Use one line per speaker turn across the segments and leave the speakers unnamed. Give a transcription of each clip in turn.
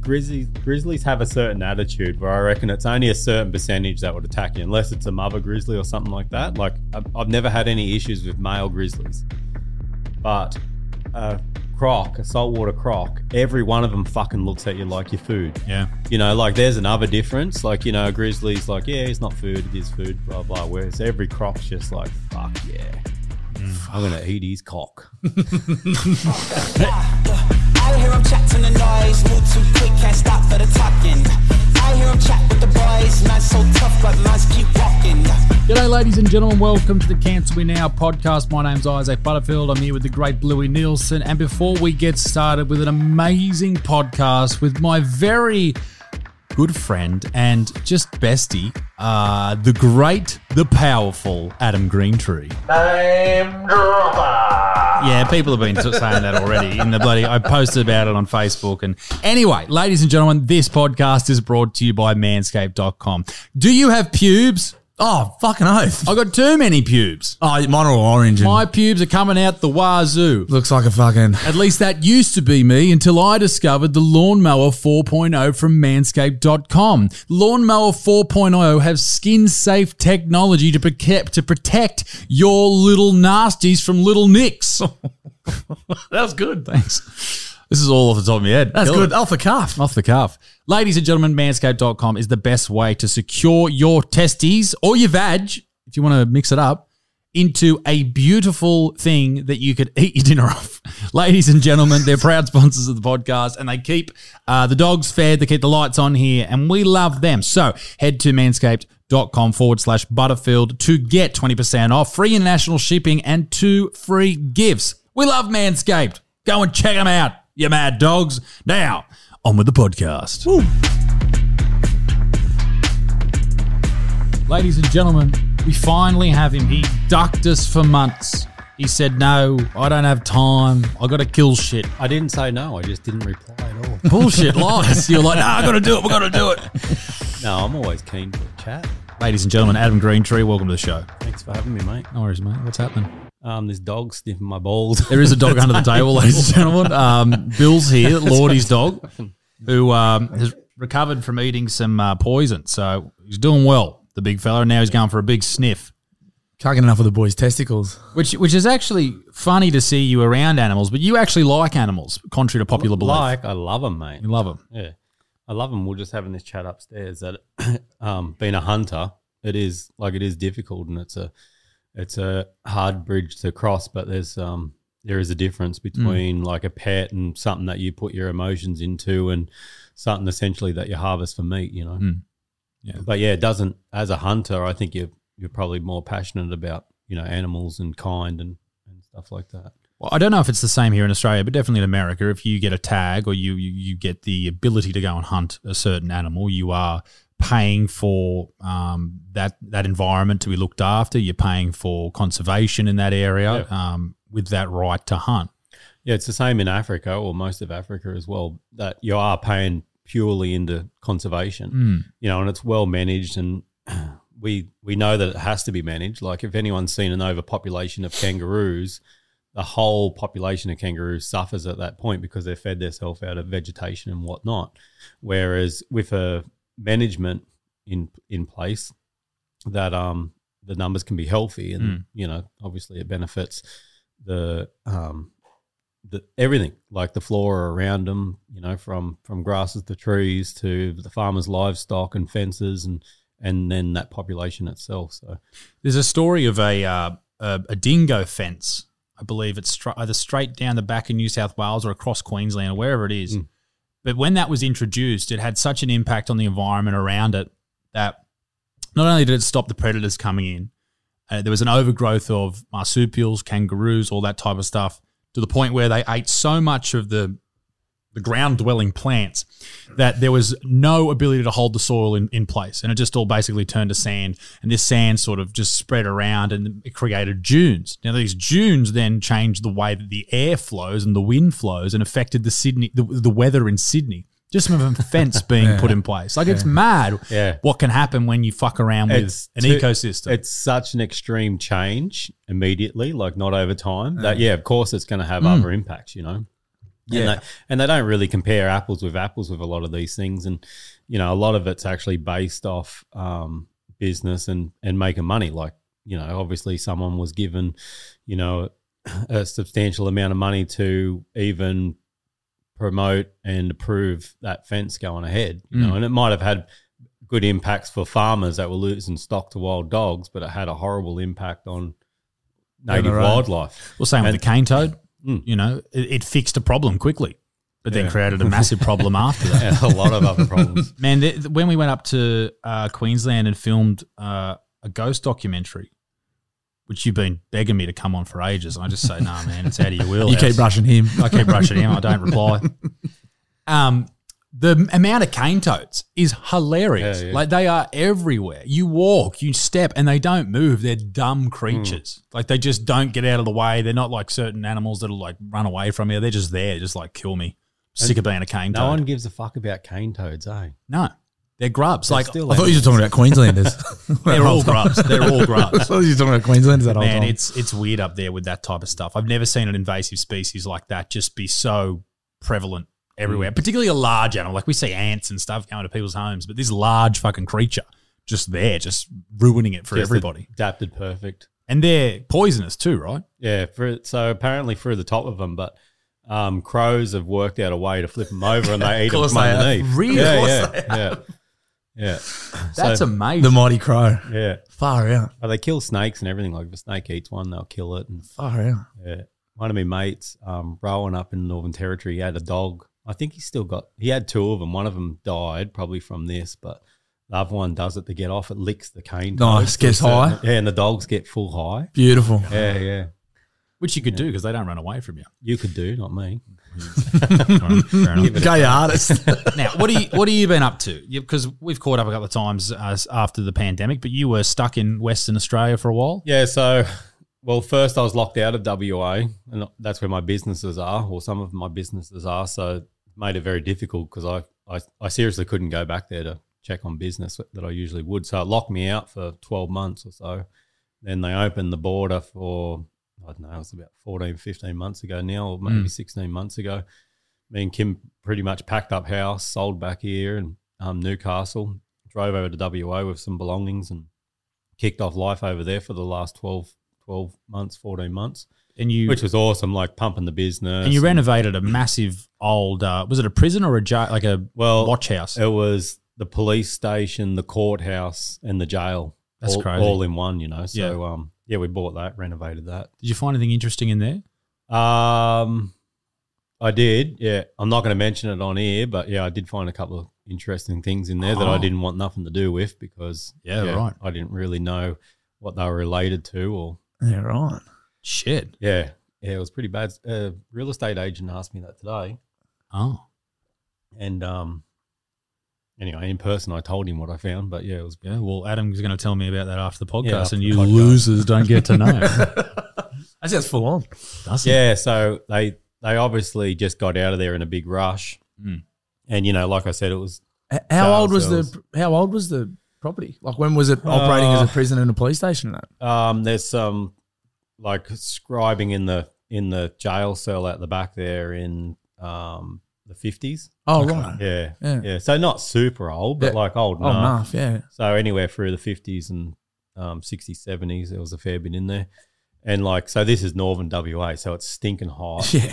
Grizzlies Grizzlies have a certain attitude where I reckon it's only a certain percentage that would attack you, unless it's a mother grizzly or something like that. Like I've, I've never had any issues with male grizzlies, but a croc, a saltwater croc, every one of them fucking looks at you like your food.
Yeah.
You know, like there's another difference. Like you know, a grizzly's like, yeah, it's not food, it is food, blah blah. Whereas every croc's just like, fuck yeah, I'm gonna eat his cock.
I hear him chat to the noise, move too quick, can't stop for the talking. I hear him chat with the boys, man so tough, but mines keep walking.
G'day, ladies and gentlemen. Welcome to the Cancer We Now podcast. My name's Isaac Butterfield. I'm here with the great Bluey Nielsen. And before we get started with an amazing podcast with my very good friend and just bestie, uh, the great, the powerful Adam Greentree.
Name dropper.
Yeah, people have been sort of saying that already in the bloody. I posted about it on Facebook. And anyway, ladies and gentlemen, this podcast is brought to you by manscaped.com. Do you have pubes?
Oh, fucking oath.
I got too many pubes.
Oh, mine are all orange. And
My pubes are coming out the wazoo.
looks like a fucking.
At least that used to be me until I discovered the Lawnmower 4.0 from manscaped.com. Lawnmower 4.0 have skin safe technology to protect, to protect your little nasties from little nicks.
That was good.
Thanks. This is all off the top of my head.
That's
Kill
good.
it.
Off the cuff.
Off the cuff. Ladies and gentlemen, manscaped.com is the best way to secure your testes or your vag, if you want to mix it up, into a beautiful thing that you could eat your dinner off. Ladies and gentlemen, they're proud sponsors of the podcast and they keep uh, the dogs fed, they keep the lights on here, and we love them. So head to manscaped.com forward slash Butterfield to get 20% off, free international shipping, and two free gifts. We love Manscaped. Go and check them out, you mad dogs. Now, on with the podcast. Ladies and gentlemen, we finally have him. He ducked us for months. He said, No, I don't have time. I got to kill shit.
I didn't say no, I just didn't reply at all.
Bullshit lies. You're like, No, I got to do it. We got to do it.
No, I'm always keen for a chat.
Ladies and gentlemen, Adam Greentree, welcome to the show.
Thanks for having me, mate.
No worries, mate. What's happening?
Um, this dog sniffing my balls.
There is a dog under the table, ladies and gentlemen. Um, Bill's here, Lordy's dog, who um, has recovered from eating some uh, poison. So he's doing well, the big fella. And now he's going for a big sniff.
Can't get enough of the boys' testicles.
Which which is actually funny to see you around animals, but you actually like animals, contrary to popular belief.
like I love them, mate.
You love them.
Yeah, I love them. We're just having this chat upstairs that um, being a hunter, it is like it is difficult, and it's a it's a hard bridge to cross. But there's um there is a
Mm.
difference between like a pet and something that you put your emotions into, and something essentially that you harvest for meat. You know.
Mm. Yeah.
But yeah, it doesn't. As a hunter, I think you're you're probably more passionate about you know animals and kind and and stuff like that.
Well, I don't know if it's the same here in Australia, but definitely in America, if you get a tag or you you, you get the ability to go and hunt a certain animal, you are paying for um, that that environment to be looked after. You're paying for conservation in that area um, with that right to hunt.
Yeah, it's the same in Africa or most of Africa as well, that you are paying purely into conservation,
Mm.
you know, and it's well managed and we we know that it has to be managed. Like if anyone's seen an overpopulation of kangaroos, the whole population of kangaroos suffers at that point because they've fed themselves out of vegetation and whatnot. Whereas with a management in in place that um the numbers can be healthy and
Mm.
you know, obviously it benefits the um the everything like the flora around them you know from from grasses to trees to the farmers livestock and fences and and then that population itself so
There's a story of a uh, a, a dingo fence. I believe it's stra- either straight down the back of New South Wales or across Queensland or wherever it is.
Mm.
But when that was introduced, it had such an impact on the environment around it that not only did it stop the predators coming in, uh, there was an overgrowth of marsupials, kangaroos, all that type of stuff, to the point where they ate so much of the the ground dwelling plants that there was no ability to hold the soil in, in place. And it just all basically turned to sand. And this sand sort of just spread around and it created dunes. Now, these dunes then changed the way that the air flows and the wind flows and affected the Sydney, the, the weather in Sydney. Just from a fence being put in place. Like, it's mad
Yeah.
what can happen when you fuck around with
It's
an
too-
ecosystem.
it's such an extreme change immediately like not over time that yeah of course it's going to have other impacts you know Yeah. And they, and they don't really compare apples with apples with a lot of these things. And, you know, a lot of it's actually based off um, business and, and making money. Like, you know, obviously someone was given, you know, a substantial amount of money to even promote and approve that fence going ahead, you
Mm.
know, and it might have had good impacts for farmers that were losing stock to wild dogs, but it had a horrible impact on native
road.
wildlife.
Well, same
And-
with the cane toad.
Mm.
You know, it, it fixed a problem quickly, but then
Yeah.
created a massive problem after that.
and a lot of other problems.
Man, th- th- when we went up to uh, Queensland and filmed uh, a ghost documentary, which you've been begging me to come on for ages, and I just say, nah, man, it's out of your will.
You keep brushing him.
I keep brushing him. I don't reply. Um, the amount of cane toads is hilarious.
Yeah, yeah.
Like they are everywhere. You walk, you step, and they don't move. They're dumb creatures. Like they just don't get out of the way. They're not like certain animals that'll like run away from you. They're just there, just like kill me. Sick of being a cane
No
toad.
one gives a fuck about cane toads, eh?
no, they're grubs. like
Still,
I thought you were talking about Queenslanders.
they're all grubs. They're all
I
grubs.
thought you were talking about Queenslanders that whole
Man,
time.
it's it's weird up there with that type of stuff. I've never seen an invasive species like that just be so prevalent everywhere, particularly a large animal. Like we see ants and stuff going to people's homes, but this large fucking creature just there, just ruining it for
Just
everybody.
adapted perfect.
and they're poisonous too, right?
Yeah, for, so apparently through the top of them, but um, crows have worked out a way to flip them over and they eat them
course
from
they have.
underneath.
Really?
Yeah,
Of course
yeah, yeah, yeah,
That's
So-
amazing.
the mighty crow.
yeah.
Far out.
Oh, they kill snakes and everything. Like if a snake eats one, they'll kill it. And
Far out.
yeah. one of my mates, um, Rowan up in Northern Territory, he had a dog. I think he still got. He had two of them. One of them died probably from this, but the other one does it to get off. It licks the cane.
Nice.
toad to a
Gets high.
certain- Yeah, and the dogs get full high.
Beautiful.
Yeah, yeah.
Which you could do because they don't run away from you.
You could do, not me.
Gay artist.
now, what do you what have you been up to? Because we've caught up a couple of times uh, after the pandemic, but you were stuck in Western Australia for a while.
Yeah, so well, first I was locked out of WA, and that's where my businesses are, or some of my businesses are. So it made it very difficult because I, I I seriously couldn't go back there to check on business that I usually would. So it locked me out for twelve months or so. Then they opened the border for I don't know, it was about 14, 15 months ago now, or maybe sixteen months ago. Me and Kim pretty much packed up house, sold back here in um, Newcastle, drove over to WA with some belongings and kicked off life over there for the last 12, 12 months, 14 months,
And you
which was awesome, like pumping the business.
And you renovated a massive old, uh, was it a prison or a jail, like a
well,
watch house?
it was the police station, the courthouse, and the jail.
That's
all,
crazy.
All in one, you know. So, yeah. um, yeah, we bought that, renovated that.
Did you find anything interesting in there?
Um, I did, yeah. I'm not going to mention it on air, but yeah, I did find a couple of interesting things in there that I
Oh.
didn't want nothing to do with because
Yeah, right.
I didn't really know what they were related to or
yeah, right.
Shit.
Yeah, yeah, it was pretty bad. A real estate agent asked me that today,
Oh,
and um, anyway, in person, I told him what I found. But yeah, it was
yeah. Well, Adam's going to tell me about that after the podcast,
Yeah, after
and
the
you
podcast.
losers don't get to know.
That sounds full on.
Does it?
yeah. So they they obviously just got out of there in a big rush,
Mm.
and you know, like I said, it was
H- How old was
Thousands.
the How old was the property? Like when was it operating
Uh,
as a prison and a police station? And that
um, there's some like scribing in the in the jail cell at the back there in um the 50s.
oh right,
Yeah,
Yeah.
yeah, So not super old, but
Yeah.
like old
oh
enough.
enough, yeah.
So anywhere through the fifties and um, 60s, 70s, there was a fair bit in there. And like, so this is northern WA, so it's stinking hot.
Yeah,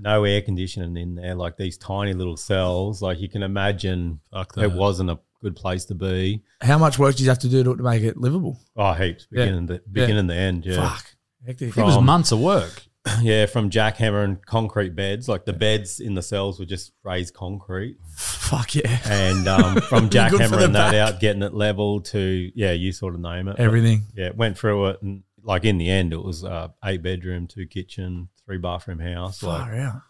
No air conditioning in there. Like these tiny little cells. Like you can imagine,
Fuck
it
that.
wasn't a good place to be.
how much work do you have to do to, to make it livable?
Oh, heaps.
Yeah.
Beginning the beginning to end. Yeah,
Fuck, hectic. Oh,
It was
From-
months of work.
yeah. From jackhammering concrete beds. Like the beds in the cells were just raised concrete.
Fuck yeah,
And um, from
Be good for the
jackhammering that
back.
out, getting it level to yeah, you sort of name it. But-
everything.
yeah, it went through it, and like in the end, it was uh, eight bedroom, two kitchen, three bathroom house, like,
Far out.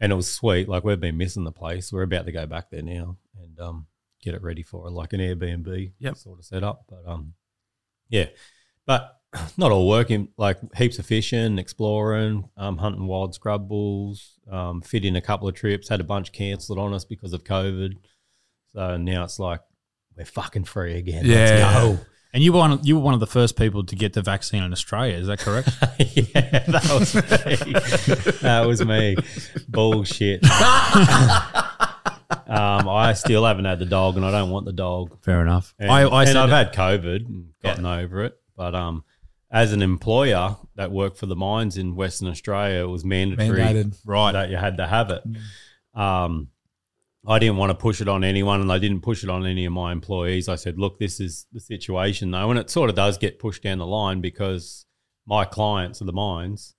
and it was sweet. Like we've been missing the place. We're about to go back there now and um, get it ready for like an Airbnb
Yep.
sort of setup. But um, yeah, but not all working. Like heaps of fishing, exploring, um, hunting wild scrub bulls, um, fit in a couple of trips. Had a bunch cancelled on us because of COVID, so now it's like we're fucking free again.
Yeah.
Let's go.
And you were one, you were one of the first people to get the vaccine in Australia. Is that correct?
yeah, that was me. that was me. Bullshit. um, I still haven't had the dog, and I don't want the dog.
Fair enough.
And,
I, I
and
said
I've had COVID, and gotten over it, but um, as an employer that worked for the mines in Western Australia, it was mandatory
Mandated.
right that you had to have it. Um, I didn't want to push it on anyone, and I didn't push it on any of my employees. I said, "Look, this is the situation, though," and it sort of does get pushed down the line because my clients are the mines,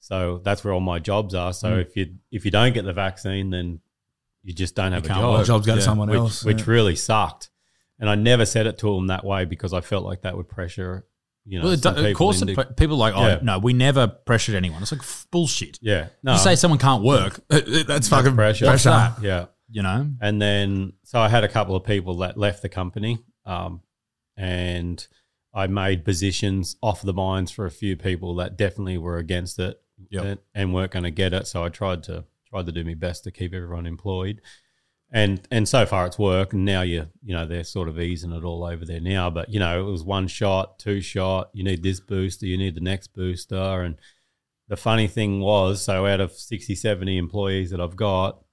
so that's where all my jobs are. So if you if you don't get the vaccine, then you just don't have a
can't
job.
work.
Job's got
Yeah.
someone
which,
else.
which
yeah.
really sucked. And I never said it to them that way because I felt like that would pressure, you know,
well, it,
some
do- of
people
course, it,
into-
pre- people are like, oh
Yeah.
no, we never pressured anyone. It's like f- bullshit.
yeah, no,
You say someone can't work,
that's fucking
pressure.
pressure.
What's
yeah.
you know.
And then, so I had a couple of people that left the company, um, and I made positions off the mines for a few people that definitely were against it
Yep.
and, and weren't going to get it. So I tried to tried to do my best to keep everyone employed, and and so far it's worked. And now you you know they're sort of easing it all over there now. But you know it was one shot, two shot. You need this booster, you need the next booster, and the funny thing was, so out of 60, 70 employees that I've got,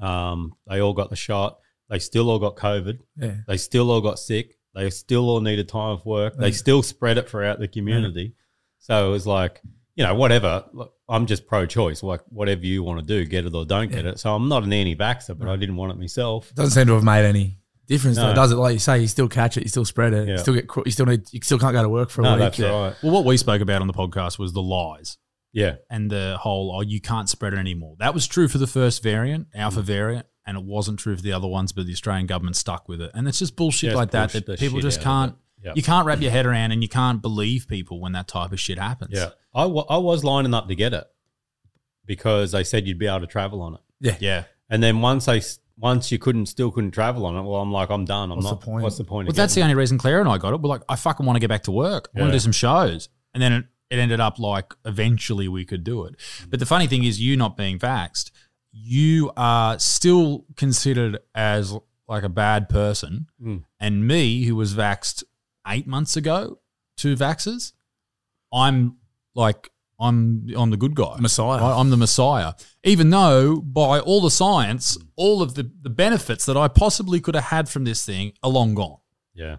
um, they all got the shot. They still all got COVID.
Yeah.
They still all got sick. They still all needed time off work.
Mm.
They still spread it throughout the community. So it was like, you know, whatever. Look, I'm just pro choice. Like, whatever you want to do, get it or don't get it. So I'm not an anti vaxxer, but I didn't want it myself.
Doesn't seem to have made any difference,
No.
though, does it? Like you say, you still catch it, you still spread it, you
Yeah.
still get, caught- you still need, you still can't go to work for a
No,
week.
that's right.
Well, what we spoke about on the podcast was the lies
Yeah.
and the whole, oh, you can't spread it anymore. That was true for the first variant,
Mm.
alpha variant, and it wasn't true for the other ones, but the Australian government stuck with it. And it's just bullshit
Yeah, it's
like that
bullshit
that
the
people
shit
just
out of
can't,
it. Yep.
you can't wrap your head around and you can't believe people when that type of shit happens.
Yeah. I wa- I was lining up to get it because they said you'd be able to travel on it.
Yeah.
And then once I s- once you couldn't still couldn't travel on it, well, I'm like, I'm done. I'm
What's the
not.
point?
What's the point?
Well,
of
that's the
getting
only reason Claire and I got it. We're like, I fucking want to get back to work. I want
Yeah.
to do some shows. And then it, it ended up like eventually we could do it. But the funny thing is, you not being vaxxed, you are still considered as like a bad person.
Mm.
And me, who was vaxxed eight months ago, two vaxxers, I'm like, I'm, I'm the good guy.
Messiah.
I- I'm the Messiah. Even though, by all the science, all of the, the benefits that I possibly could have had from this thing are long gone
Yeah.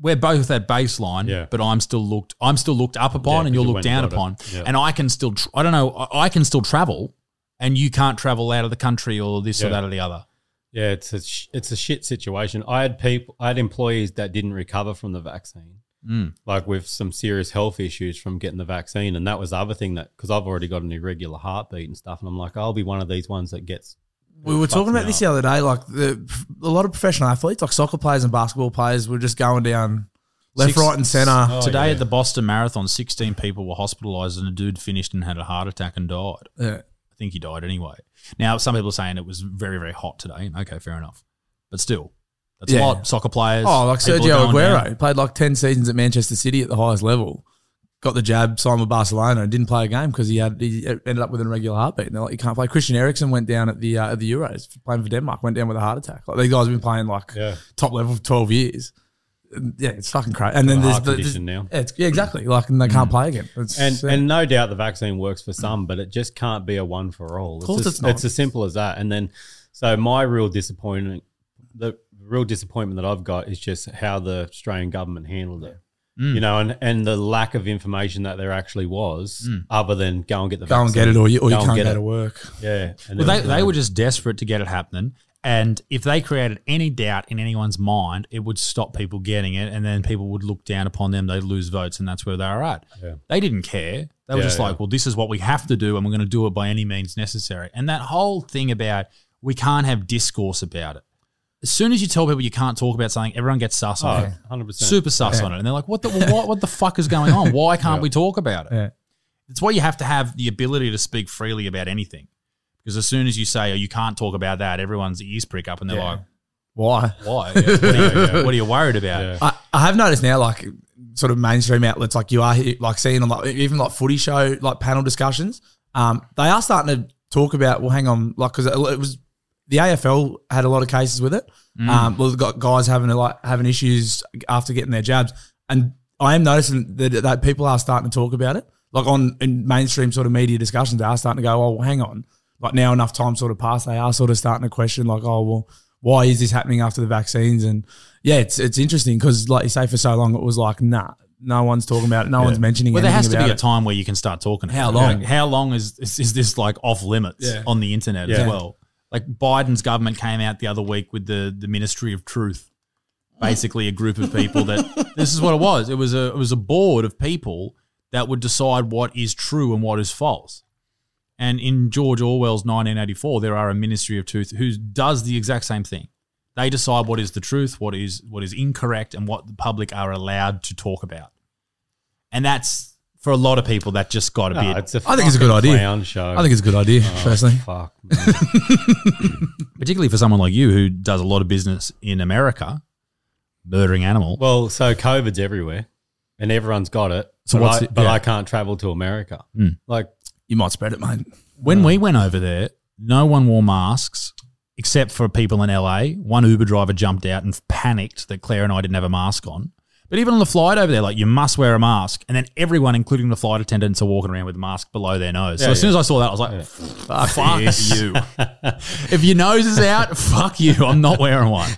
we're both at baseline,
Yeah.
but I'm still looked I'm still looked up upon
Yeah,
and you're
'cause you
looked
went and
down
got
upon,
it. Yeah.
and I can still tr- I don't know I, I can still travel, and you can't travel out of the country or this or
Yeah.
that or the other.
Yeah, it's a sh- it's a shit situation. I had people, I had employees that didn't recover from the vaccine,
Mm.
like with some serious health issues from getting the vaccine, and that was the other thing that because I've already got an irregular heartbeat and stuff, and I'm like, I'll be one of these ones that gets.
We were talking
me
about this the other day. Like the, a lot of professional athletes, like soccer players and basketball players, were just going down left,
Six-
right, and center.
Oh,
Today at the Boston Marathon, 16 people were hospitalized, and a dude finished and had a heart attack and died.
yeah.
I think he died anyway. Now some people are saying it was very very hot today. and Okay, fair enough, but still, that's a
Yeah.
lot. Soccer players,
Oh, like
people
Sergio
going down.
Aguero played like ten seasons at Manchester City at the highest level. Got the jab, signed with Barcelona, and didn't play a game because he had he ended up with an irregular heartbeat. And they're like, you can't play. Christian Eriksen went down at the uh, at the Euros playing for Denmark, went down with a heart attack. Like these guys have been playing like
Yeah.
top level for twelve years. And, yeah, it's fucking crazy. And then
Got a
there's
heart
the,
condition now. Mm.
Yeah, it's, yeah, exactly. Like and they can't play again. It's,
And
yeah.
and no doubt the vaccine works for some, but it just can't be a one for all. Of
course
it's, as-
it's not.
It's as simple as that. And then, so my real disappointment, the real disappointment that I've got is just how the Australian government handled it.
Mm.
You know, and, and the lack of information that there actually was, other than go and get the
Mm. go and
vaccine.
get it, or you or you
Go and
can't
get
go
it.
to work.
Yeah. And there
Well, they,
was
they
no-
were just desperate to get it happening. And if they created any doubt in anyone's mind, it would stop people getting it. And then people would look down upon them. They'd lose votes. And that's where they were at.
Yeah.
They didn't care. They were
Yeah,
just like,
yeah.
well, this is what we have to do. And we're going to do it by any means necessary. And that whole thing about we can't have discourse about it. As soon as you tell people you can't talk about something, everyone gets sus on it.
Oh, 100%.
Super sus on it. And they're like, what the, well, what, what the fuck is going on? Why can't we talk about it?
Yeah.
It's why you have to have the ability to speak freely about anything. Because as soon as you say, oh, you can't talk about that, everyone's ears prick up and they're
Yeah.
like,
Why?
why? Yeah, what, are you, what are you worried about?
Yeah.
I, I have noticed now, like sort of mainstream outlets, like you are like seeing on like even like footy show, like panel discussions. Um, they are starting to talk about. Well, hang on, like because it was the AFL had a lot of cases with it.
Mm.
Um, well, they've got guys having a lot having issues after getting their jabs, and I am noticing that, that people are starting to talk about it, like on in mainstream sort of media discussions. They are starting to go, "Oh, well, hang on." Like now, enough time sort of passed. They are sort of starting to question, like, "Oh, well, why is this happening after the vaccines?" And yeah, it's it's interesting because, like you say, for so long it was like, "Nah, no one's talking about it. No one's mentioning."
Well, there
anything
has to
about
be a
it.
time where you can start talking. about
How
it.
long?
Like, how long is, is is this like off limits
Yeah.
on the internet
Yeah.
as well? Like Biden's government came out the other week with the the Ministry of Truth, basically a group of people that this is what it was. It was a it was a board of people that would decide what is true and what is false. And in George Orwell's 1984, there are a Ministry of Truth who does the exact same thing. They decide what is the truth, what is what is incorrect, and what the public are allowed to talk about. And that's for a lot of people that just got a bit.
a
I think it's a good
fucking
idea.
Clown show.
I think it's a good idea,
Oh.
personally.
fuck. Man.
particularly for someone like you who does a lot of business in America, murdering animal.
well, so COVID's everywhere, and everyone's got it.
So
but
what's
I,
it-
but
yeah. Mm.
I can't travel to America. Like
You might spread it, mate.
When we went over there, no one wore masks except for people in LA. One Uber driver jumped out and panicked that Claire and I didn't have a mask on. But even on the flight over there, like you must wear a mask, and then everyone, including the flight attendants, are walking around with a mask below their nose. so
Yeah,
as soon as I saw that, I was like, "Fuck you! if your nose is out, fuck you! I'm not wearing one."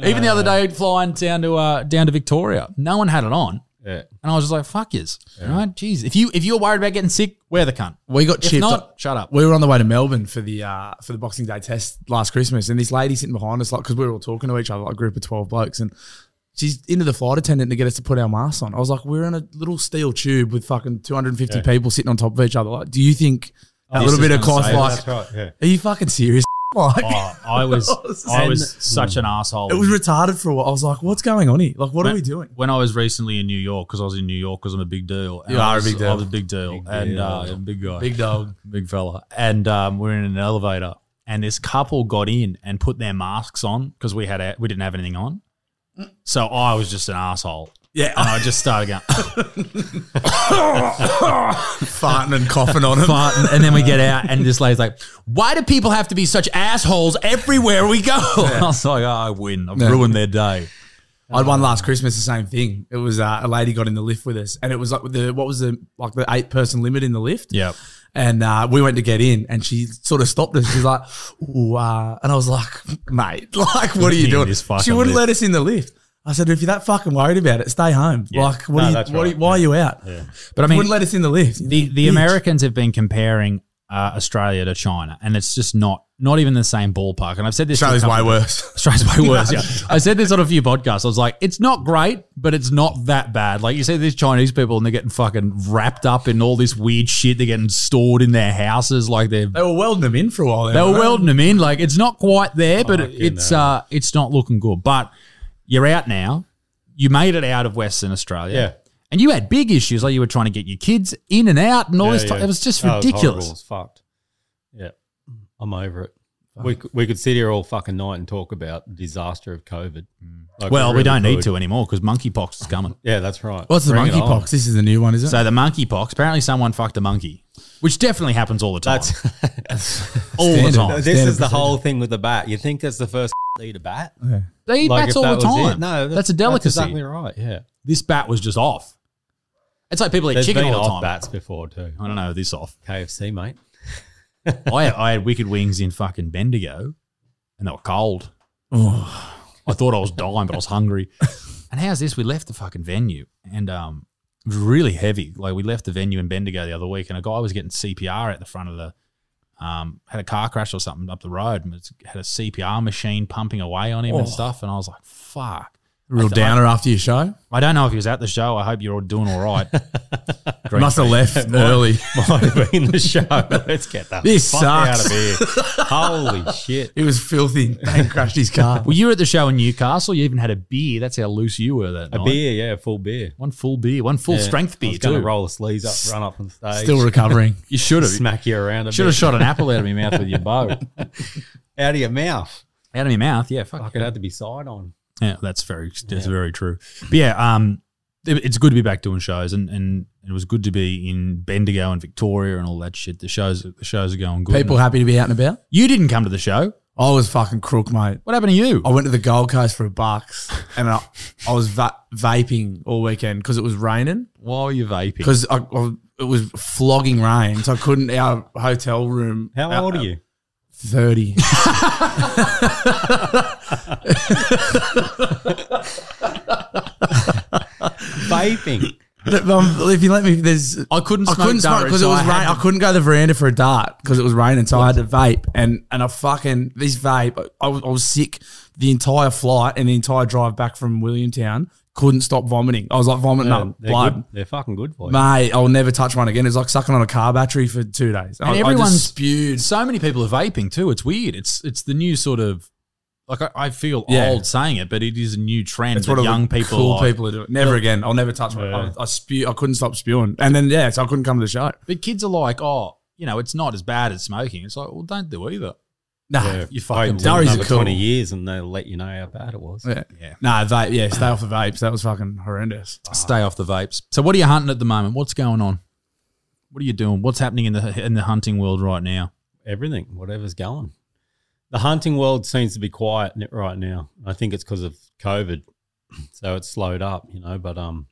even the other day, flying down to uh, down to Victoria, no one had it on,
yeah.
and I was just like, "Fuck yous!" Right? Jeez, if you if you're worried about getting sick, wear the cunt.
We got
If
chipped.
not, shut up.
We were on the way to Melbourne for the uh, for the Boxing Day test last Christmas, and this lady sitting behind us, like, because we were all talking to each other, like a group of twelve blokes, and she's into the flight attendant to get us to put our masks on. I was like, we're in a little steel tube with fucking two hundred and fifty people sitting on top of each other. Like, do you think a
this
little
is
bit of
gonna
cost?
save
Like,
That's right. Yeah.
are you fucking serious? like,
Oh, I was I was such an asshole.
it was retarded for a while. I was like, what's going on here? Like, what are we doing?
when I was recently in New York because I was in New York because I'm a big deal. And
You
I
are a
was-
big deal.
I was a big deal and uh, a big guy, big,
dog.
fella. And um, we're in an elevator, and this couple got in and put their masks on because we had a, we didn't have anything on. So I was just an asshole.
Yeah,
And I just started going,
farting and coughing on him.
farting. uh, And then we get out, and this lady's like, Why do people have to be such assholes everywhere we go? And I was like, "Oh, I win. I've
Yeah.
ruined their day.
I had one last Christmas, the same thing. It was uh, a lady got in the lift with us, and it was like the what was the like the eight person limit in the lift.
Yep.
And uh, we went to get in, and she sort of stopped us. She's like, Ooh, uh, and I was like, mate, like, what are you
In
doing?
this fucking
She wouldn't
lift.
let us in the lift. I said, if you're that fucking worried about it, stay home. Like, what
No,
are you,
that's
what are you-
right.
why are you out?
But I mean,
wouldn't let us in the lift.
the the
Bitch.
Americans have been comparing uh, Australia to China, and it's just not not even the same ballpark. And I've said this to a
Australia's way
couple-
worse.
Australia's way worse. yeah, I said this on a few podcasts. I was like, it's not great, but it's not that bad. Like you see these Chinese people, and they're getting fucking wrapped up in all this weird shit. They're getting stored in their houses, like they're.
They were welding them in for a while.
They
weren't
were welding them in. Like it's not quite there, but
Fucking
it's uh, it's not looking good. But you're out now. You made it out of Western Australia.
Yeah.
And you had big issues, like you were trying to get your kids in and out and all
Yeah,
this. ti-
yeah.
It was just
Oh, it was horrible.
ridiculous.
It was fucked. Yeah, I'm over it. We, c- we could sit here all fucking night and talk about the disaster of COVID. Like,
Mm. well, we
really
don't need
could.
to anymore because monkeypox is coming.
Yeah, that's right.
What's the
Bring it on.
monkeypox? This is the new one, is it?
So the monkeypox, apparently someone fucked a monkey, which definitely happens all the time. all the
Standard.
No,
time.
this
Standard
is the
procedure.
whole thing with the bat. You think that's the first to eat a bat?
They eat
Like,
bats
if
all
that
the
was it-
time.
No,
that's, a delicacy.
exactly right. Yeah,
This bat was just off. It's like people eat
there's
chicken
been
all the
off
time.
bats before too.
I don't know this off.
KFC, mate.
I, I had wicked wings in fucking Bendigo, and they were cold. I thought I was dying, but I was hungry. And how's this? We left the fucking venue, and um, it was really heavy. Like we left the venue in Bendigo the other week, and a guy was getting CPR at the front of the. Um, had a car crash or something up the road, and was, had a CPR machine pumping away on him and
Oh.
stuff. And I was like, "Fuck."
Real downer after your show.
I don't know if he was at the show. I hope you're all doing all right. Green
Must have left early.
Might have been the show. Let's get that
This
fuck
sucks.
out of here. Holy shit!
It was filthy. They crashed his car.
Well, you were at the show in Newcastle. You even had a beer. That's how loose you were that
A
night.
beer, yeah, full beer.
One full beer, one full
Yeah.
strength
I
beer
was gonna
too.
Roll the sleeves up, run up on stage.
Still recovering.
You should have.
smack you around a
Should have
bit.
shot an apple out of my mouth with your bow.
out of your mouth.
Out of my mouth, yeah. Fuck.
Fuck, it had to be side on.
Yeah, that's very that's very true. But yeah, um, it- it's good to be back doing shows, and and it was good to be in Bendigo and Victoria and all that shit. The shows the shows are going good.
People happy to be out and about.
you didn't come to the show.
I was fucking crook, mate.
What happened to you?
I went to the Gold Coast for a bucks, and I, I was va- vaping all weekend because it was raining.
Why were you vaping?
Because I, I, it was flogging rain, so I couldn't out of hotel room.
How old are you?
Thirty.
Vaping.
But, um, if you let me, there's
I couldn't
I
smoke
couldn't smoke because it was rain. I couldn't go to the veranda for a dart because it was raining, so I had to vape. And and I fucking this vape. I was, I was sick the entire flight and the entire drive back from Williamtown. Couldn't stop vomiting. I was like vomiting up
They're
Uh, blood.
good. They're fucking good for you.
Mate, I'll never touch one again. It's like sucking on a car battery for two days. I,
And
I
everyone's-
just spewed.
so many people are vaping too. It's weird. It's it's the new sort of like I, I feel
Yeah.
old saying it, but it is a new trend
It's
that
one of
young
the
people
cool
like.
people are doing. Never again. I'll never touch one. I, I spew. I couldn't stop spewing. And then yeah, so I couldn't come to the show.
But kids are like, oh, you know, it's not as bad as smoking. It's like, well, don't do either.
Nah,
Yeah.
You fucking
Wait till
Durries are
another
cool.
twenty years, and they'll let you know how bad it was.
yeah.
Yeah.
Nah, vape. Yeah, stay off the vapes. That was fucking horrendous.
Stay off the vapes. So, what are you hunting at the moment? What's going on? What are you doing? What's happening in the in the hunting world right now?
Everything, whatever's going. The hunting world seems to be quiet n- right now. I think it's because of COVID, so it's slowed up. You know, but um,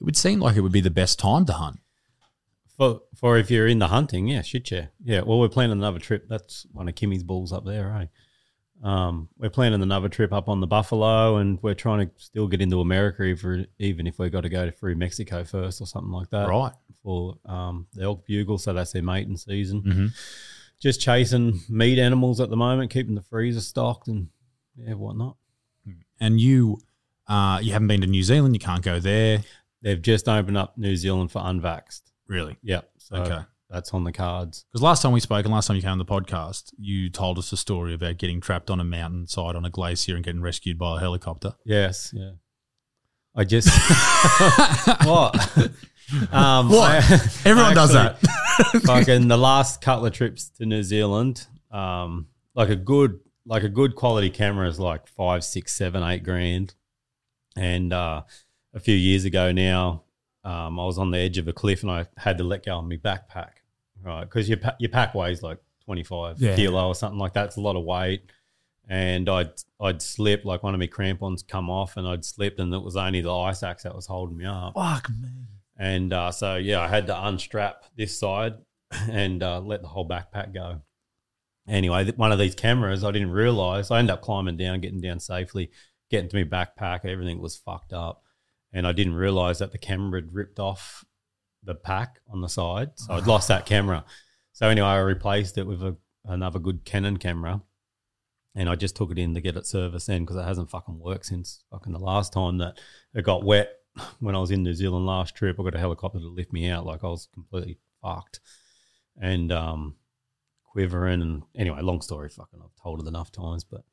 It would seem like it would be the best time to hunt.
for for if you're in the hunting, yeah, shit, yeah, yeah. Well, we're planning another trip. That's one of Kimmy's balls up there, eh? Um, we're planning another trip up on the Buffalo, and we're trying to still get into America, if we're- even if we got to go through Mexico first or something like that.
Right.
for um, the elk bugle, so that's their mating season.
mm-hmm.
Just chasing meat animals at the moment, keeping the freezer stocked and yeah, whatnot.
And you uh, you haven't been to New Zealand. You can't go there.
They've just opened up New Zealand for unvaxxed.
Really?
Yeah, so
Okay.
that's on the cards.
Because last time we spoke and last time you came on the podcast, you told us a story about getting trapped on a mountainside on a glacier and getting rescued by a helicopter.
Yes, yeah. I just what? Um,
What?
I-
Everyone does that.
actually- fucking the last couple of trips to New Zealand, um, like a good like a good quality camera is like five, six, seven, eight grand. And uh, a few years ago now, um, I was on the edge of a cliff and I had to let go of my backpack, right? Because your pa- your pack weighs like twenty five
Yeah.
kilo or something like that. It's a lot of weight. And I'd I'd slipped like one of my crampons come off and I'd slipped and it was only the ice axe that was holding me up.
Fuck me.
And uh, so, yeah, I had to unstrap this side and uh, let the whole backpack go. Anyway, th- one of these cameras, I didn't realize. I ended up climbing down, getting down safely, getting to my backpack. Everything was fucked up. And I didn't realize that the camera had ripped off the pack on the side. So I'd lost that camera. So, anyway, I replaced it with a, another good Canon camera. And I just took it in to get it serviced in because it hasn't fucking worked since fucking the last time that it got wet when I was in New Zealand last trip, I got a helicopter to lift me out. Like I was completely fucked and um, quivering. And anyway, long story. Fucking, I've told it enough times, but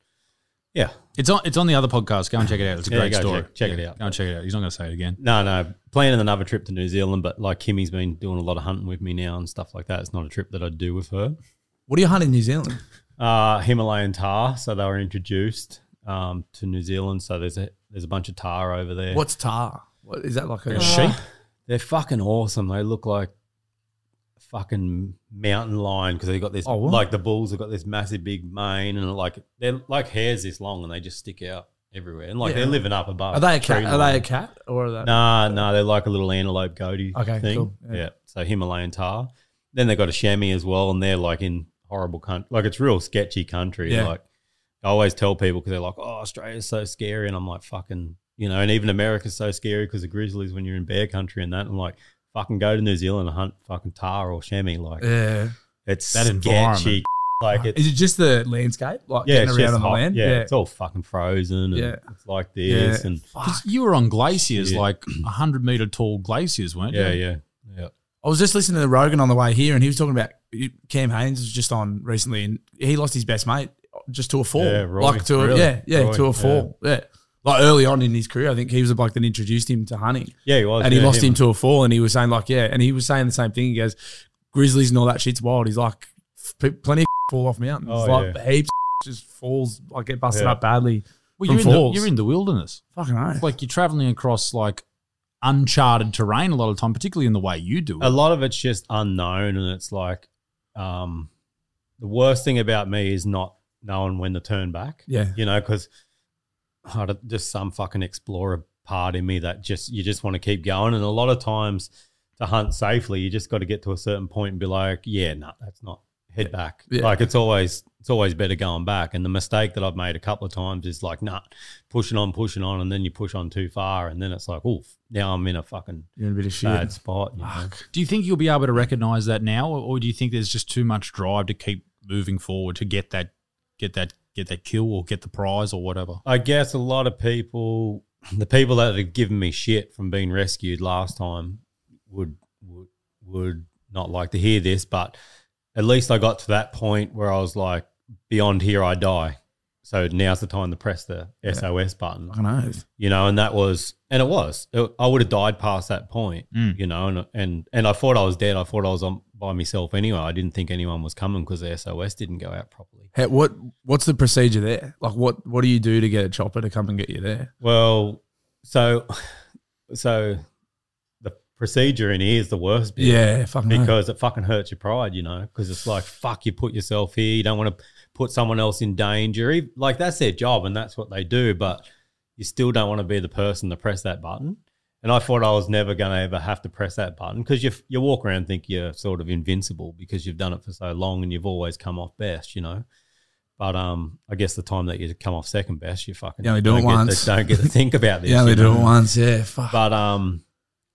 yeah,
It's on it's on the other podcast. Go and check it out. It's a
Yeah,
great
go
story.
check- check
Yeah,
it out.
Go and check it out. He's not going to say it again.
no, no. Planning another trip to New Zealand, but like Kimmy's been doing a lot of hunting with me now and stuff like that. It's not a trip that I'd do with her.
What do you hunt in New Zealand?
uh, Himalayan tar. So they were introduced um, to New Zealand. So there's a there's a bunch of tar over there.
What's tar? What is that like a
sheep? They're fucking awesome. They look like fucking mountain lion because they got this
Oh, wow.
like the bulls have got this massive big mane and like they're like hairs this long and they just stick out everywhere and like
Yeah.
they're living up above.
Are they a
tree
cat? Are they a
line.
cat or are they?
Nah, nah, they're like a little antelope goatee
Okay,
thing.
cool. Yeah.
Yeah. so Himalayan tar. Then they got a chamois as well, and they're like in horrible country. Like it's real sketchy country.
Yeah.
Like I always tell people because they're like, "Oh, Australia's so scary," and I'm like, "Fucking," you know. And even America's so scary because the grizzlies when you're in bear country and that. And like, fucking go to New Zealand and hunt fucking tar or chamois. Like
Yeah.
it's
That
that
environment.
sketchy. Like it's
Is it just the landscape, like
yeah,
getting
it's
around
just
on the
hot.
land?
Yeah, it's all fucking frozen. And
Yeah.
it's like this
Yeah.
and
'Cause You were on glaciers,
Yeah.
like like hundred meter tall glaciers, weren't
yeah,
you?
yeah, yeah.
I was just listening to Rogan on the way here, and he was talking about Cam Haynes was just on recently, and he lost his best mate just to a fall,
Yeah, Roy,
like to a,
really.
yeah, yeah,
Roy,
to a
yeah.
fall, yeah. Like early on in his career, I think he was the bloke that introduced him to hunting,
Yeah, he was.
and he
yeah,
lost him. to a fall, and he was saying like, yeah, and he was saying the same thing. He goes, Grizzlies and all that shit's wild. He's like, "P- plenty of fall off mountains,
Oh,
like heaps of just falls, like get busted
Yeah.
up badly.
Well,
From
you're in, the,
falls.
you're in the wilderness.
Fucking
It's
hell.
Like you're traveling across like uncharted terrain a lot of time, particularly in the way you do it.
a lot of it's just unknown and it's like um the worst thing about me is not knowing when to turn back.
Yeah.
You know, because just some fucking explorer part in me that just, you just want to keep going. And a lot of times to hunt safely, you just got to get to a certain point and be like, yeah, no, that's not head back.
Yeah.
Like it's always, it's always better going back. And the mistake that I've made a couple of times is like, nah, pushing on, pushing on. And then you push on too far. And then it's like, oh, now I'm in a fucking
You're in a bit of shit.
bad spot. You know?
Do you think you'll be able to recognize that now, or, or do you think there's just too much drive to keep moving forward to get that, get that, get that kill or get the prize or whatever?
I guess a lot of people, the people that have given me shit from being rescued last time, would would would not like to hear this, but at least I got to that point where I was like, beyond here I die. So now's the time to press the SOS button
Fucking oath.
you know, and that was, and it was. It- I would have died past that point, you know, and and and I thought I was dead. I thought I was on by myself anyway. I didn't think anyone was coming because the SOS didn't go out properly.
Hey, what what's the procedure there? Like, what what do you do to get a chopper to come and get you there?
Well, so so the procedure in here is the worst bit.
Yeah, fucking oath.
because it fucking hurts your pride, you know, because it's like, fuck, you put yourself here. You don't want to put someone else in danger. Ev- Like, that's their job and that's what they do, but you still don't want to be the person to press that button. And I thought I was never going to ever have to press that button because you, f- you walk around and think you're sort of invincible because you've done it for so long and you've always come off best, you know. But um, I guess the time that you come off second best, you fucking
You only do
don't
it
get
once.
To, don't get to think about this.
You only
you
do
know?
it once. Yeah, fuck.
But um,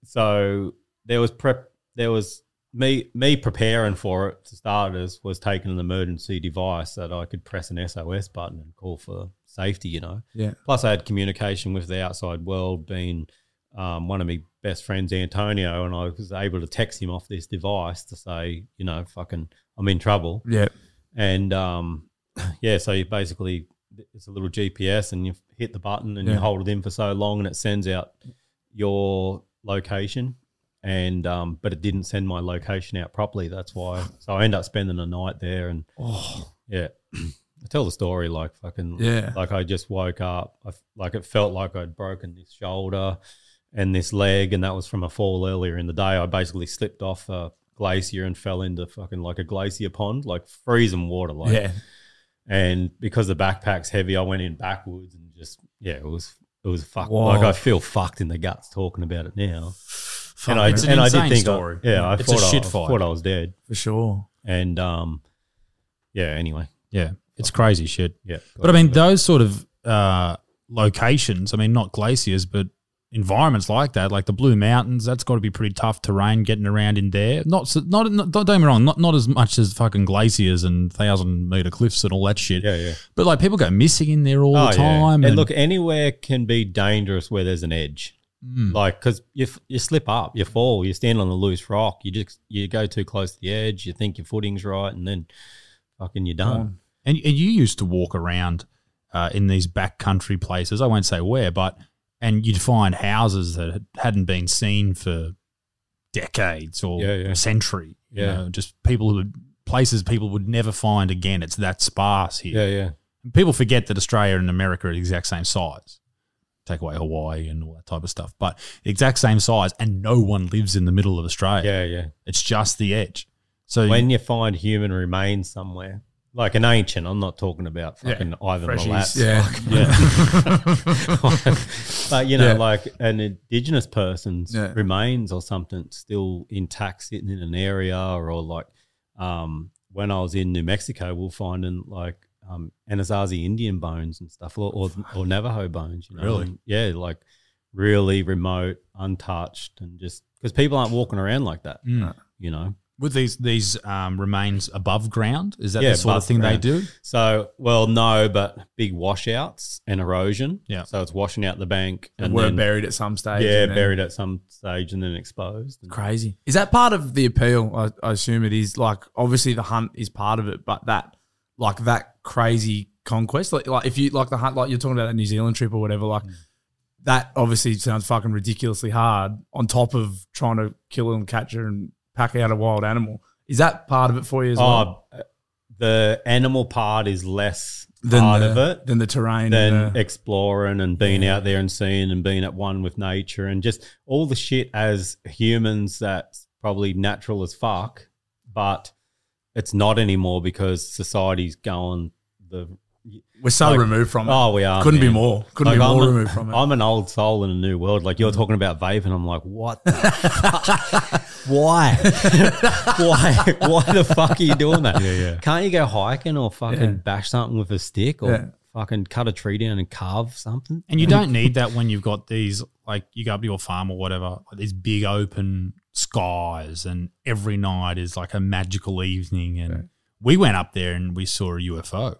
so there was prep. There was me me preparing for it to starters was taking an emergency device that I could press an SOS button and call for safety. You know.
Yeah.
Plus, I had communication with the outside world, being um, one of my best friends, Antonio, and I was able to text him off this device to say, you know, fucking, I'm in trouble
yeah,
and um, yeah, so you basically it's a little GPS, and you hit the button, and you
Yeah.
hold it in for so long, and it sends out your location. And um, but it didn't send my location out properly. That's why. So I end up spending a night there, and yeah, I tell the story like fucking
Oh, Yeah.
Like I just woke up, I, f- like it felt like I'd broken this shoulder and this leg, and that was from a fall earlier in the day. I basically slipped off a glacier and fell into fucking like a glacier pond, like freezing water, like.
yeah.
And because the backpack's heavy, I went in backwards and just yeah, it was it was fucked.
Whoa.
Like I feel fucked in the guts talking about it now.
Fuck, it's an insane story.
I, yeah, I
It's a
thought I,
shit
I
fight.
thought I was dead,
for sure.
and um, yeah. Anyway,
Yeah, it's crazy shit.
yeah.
But I mean, those sort of uh, locations, I mean, not glaciers, but environments like that, like the Blue Mountains, that's got to be pretty tough terrain getting around in there. Not, so, not, not don't get me wrong, not, not as much as fucking glaciers and thousand meter cliffs and all that shit.
Yeah, yeah.
But like people go missing in there all
Oh,
the
yeah.
time.
And look, anywhere can be dangerous where there's an edge.
mm.
Like, because you, f- you slip up, you fall, you stand on a loose rock, you just you go too close to the edge, you think your footing's right, and then fucking you're done.
And, and you used to walk around uh, in these backcountry places. I won't say where, but and you'd find houses that had- hadn't been seen for decades or
Yeah, yeah.
a century. you
Yeah.
know, just people who would places people would never find again. It's that sparse here.
yeah.
People forget that Australia and America are the exact same size. Take away Hawaii and all that type of stuff, but the exact same size, and no one lives in the middle of Australia.
Yeah, yeah.
It's just the edge. So
When you find human remains somewhere, like an ancient, I'm not talking about
Yeah.
fucking Ivan the Lap.
Yeah,
but you know,
Yeah.
like an indigenous person's
Yeah.
remains or something still intact, sitting in an area, or like um, when I was in New Mexico, we'll find in like um, Anasazi Indian bones and stuff, or or, or Navajo bones. You know,
Really?
And, yeah, like really remote, untouched, and just because people aren't walking around like that,
Mm.
you know.
With these these um, remains above ground, is that
Yeah,
the sort of
above
thing
ground.
they do?
So, well, no, but big washouts and erosion.
Yeah.
So it's washing out the bank
and were
then-
buried at some stage.
Yeah,
and then-
buried at some stage and then exposed. And-
Crazy. Is that part of the appeal? I, I assume it is. Like, obviously, the hunt is part of it, but that, like, that crazy conquest, like, like if you like the hunt, like you're talking about that New Zealand trip or whatever,
Mm.
like, that obviously sounds fucking ridiculously hard. On top of trying to kill and capture and pack out a wild animal, is that part of it for you as well?
Oh, the animal part is less
Than
part
the,
of it
than the terrain,
than
and the,
exploring and being out there and seeing and being at one with nature and just all the shit as humans that's probably natural as fuck, but it's not anymore because society's going the
We're so
Like-
removed from it.
oh we are
Couldn't be
man.
more.
Like,
Couldn't be more
I'm a-
removed from it.
I'm an old soul in a new world. Like you're talking about vape, and I'm like, what? The fuck? Why? Why? Why the fuck are you doing that? Yeah, yeah. Can't you go hiking or fucking
Yeah.
bash something with a stick or
Yeah.
fucking cut a tree down and carve something?
And you don't need that when you've got these, like you go up to your farm or whatever, like these big open skies, and every night is like a magical evening. And we went up there and we saw a UFO.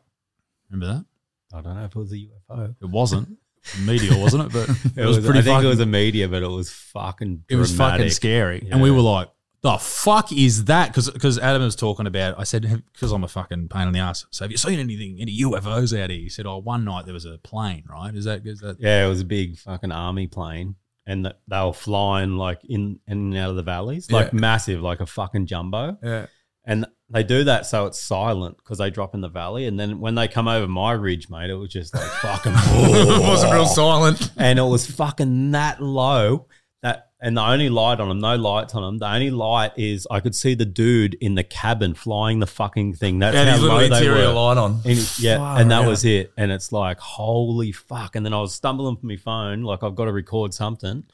Remember
I don't know if it was a UFO.
that? It wasn't a meteor, wasn't it? But it, was, pretty.
I think
fucking,
it was a media, but it was fucking.
it was fucking
dramatic.
scary. And we
Yeah.
were like, the fuck is that? Because Adam was talking about, I said, because I'm a fucking pain in the ass. So have you seen anything, any UFOs out here? He said, oh, one night there was a plane, right? Is that, is that,
Yeah, it was a big fucking army plane, and th- they were flying like in, in and out of the valleys, like
Yeah.
massive, like a fucking jumbo.
yeah.
And they do that so it's silent because they drop in the valley. And then when they come over my ridge, mate, it was just like fucking.
it wasn't
Oh.
real silent.
and it was fucking that low that, and the only light on them, no lights on them. The only light is I could see the dude in the cabin flying the fucking thing. That's
And
how
his little
low they
interior
were.
light on.
And it- yeah,
Far
and that
out.
was it. And it's like, holy fuck. And then I was stumbling for my phone, like, I've got to record something.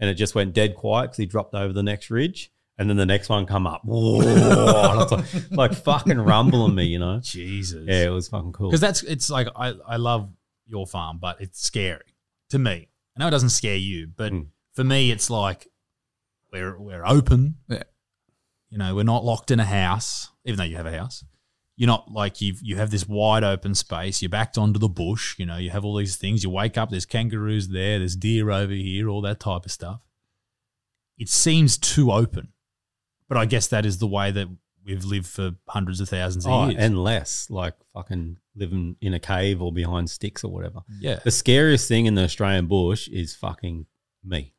And it just went dead quiet because he dropped over the next ridge. And then the next one come up. Whoa. And I was like, like fucking rumbling me, you know?
Jesus.
Yeah, it was fucking cool.
because that's it's like I, I love your farm, but it's scary to me. I know it doesn't scare you, but
Mm.
for me, it's like we're we're open.
Yeah.
You know, we're not locked in a house, even though you have a house. You're not like you've you have this wide open space. You're backed onto the bush. You know, you have all these things. You wake up. There's kangaroos there. There's deer over here. All that type of stuff. It seems too open, but I guess that is the way that we've lived for hundreds of thousands of
Oh,
years.
and less like fucking living in a cave or behind sticks or whatever.
yeah,
The scariest thing in the Australian bush is fucking me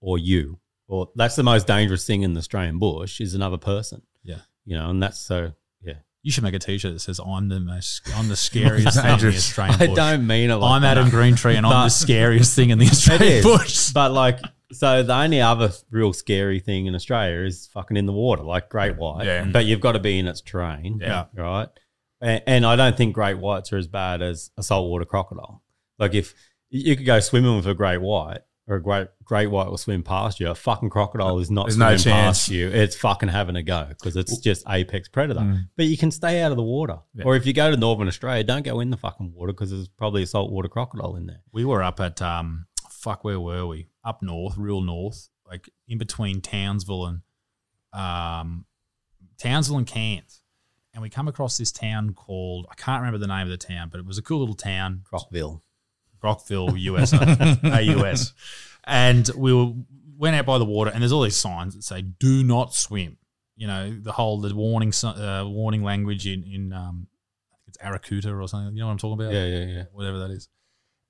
or you. Or that's the most dangerous thing in the Australian bush is another person.
Yeah.
You know, and that's so yeah.
You should make a T-shirt that says "I'm the most, I'm the scariest thing in the
dangerous.
Australian
I
bush."
don't mean it like
I'm
that.
Adam Greentree, and I'm the
But-
scariest thing in the Australian
is.
bush.
But like so the only other real scary thing in Australia is fucking in the water, like great white.
Yeah.
But you've got to be in its terrain.
Yeah.
Right. And, and I don't think great whites are as bad as a saltwater crocodile. Like if you could go swimming with a great white or a great great white will swim past you, a fucking crocodile is not
There's no
swimming
chance.
past you. It's fucking having a go because it's just apex predator. But you can stay out of the water. Or if you go to northern Australia, don't go in the fucking water because there's probably a saltwater crocodile in there.
We were up at um, fuck, where were we? Up north, real north, like in between Townsville and um, Townsville and Cairns, and we come across this town called I can't remember the name of the town, but it was a cool little town.
Crocville.
Rockville, US, AUS. And we were, went out by the water, and there's all these signs that say "Do not swim." You know, the whole the warning si- uh, warning language in in um, I think it's Arakuta or something. You know what I'm talking about?
Yeah, yeah, yeah.
whatever that is.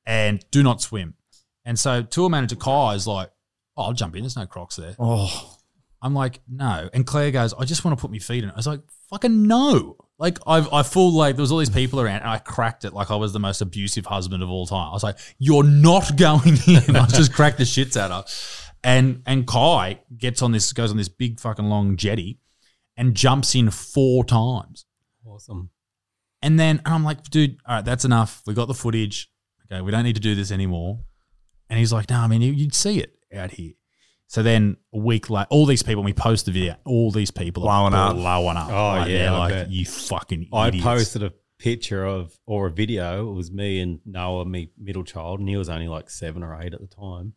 And do not swim. And so tour manager Kai is like, "Oh, I'll jump in. There's no crocs there."
Oh,
I'm like, no. And Claire goes, I just want to put my feet in it. I was like, fucking no. Like I've I full like there was all these people around and I cracked it like I was the most abusive husband of all time. I was like, You're not going in. I just cracked the shits out of her. And and Kai gets on this goes on this big fucking long jetty and jumps in four times.
Awesome.
And then and I'm like, dude, all right, that's enough. We got the footage. Okay, we don't need to do this anymore. And he's like, no, I mean, you- you'd see it out here. So then a week later, all these people, we post the video, all these people
Blowing
are
up.
Blowing up.
Oh,
Like,
yeah,
they're
I
like,
bet.
you fucking
I
idiots.
posted a picture of or a video. It was me and Noah, me middle child, and he was only like seven or eight at the time,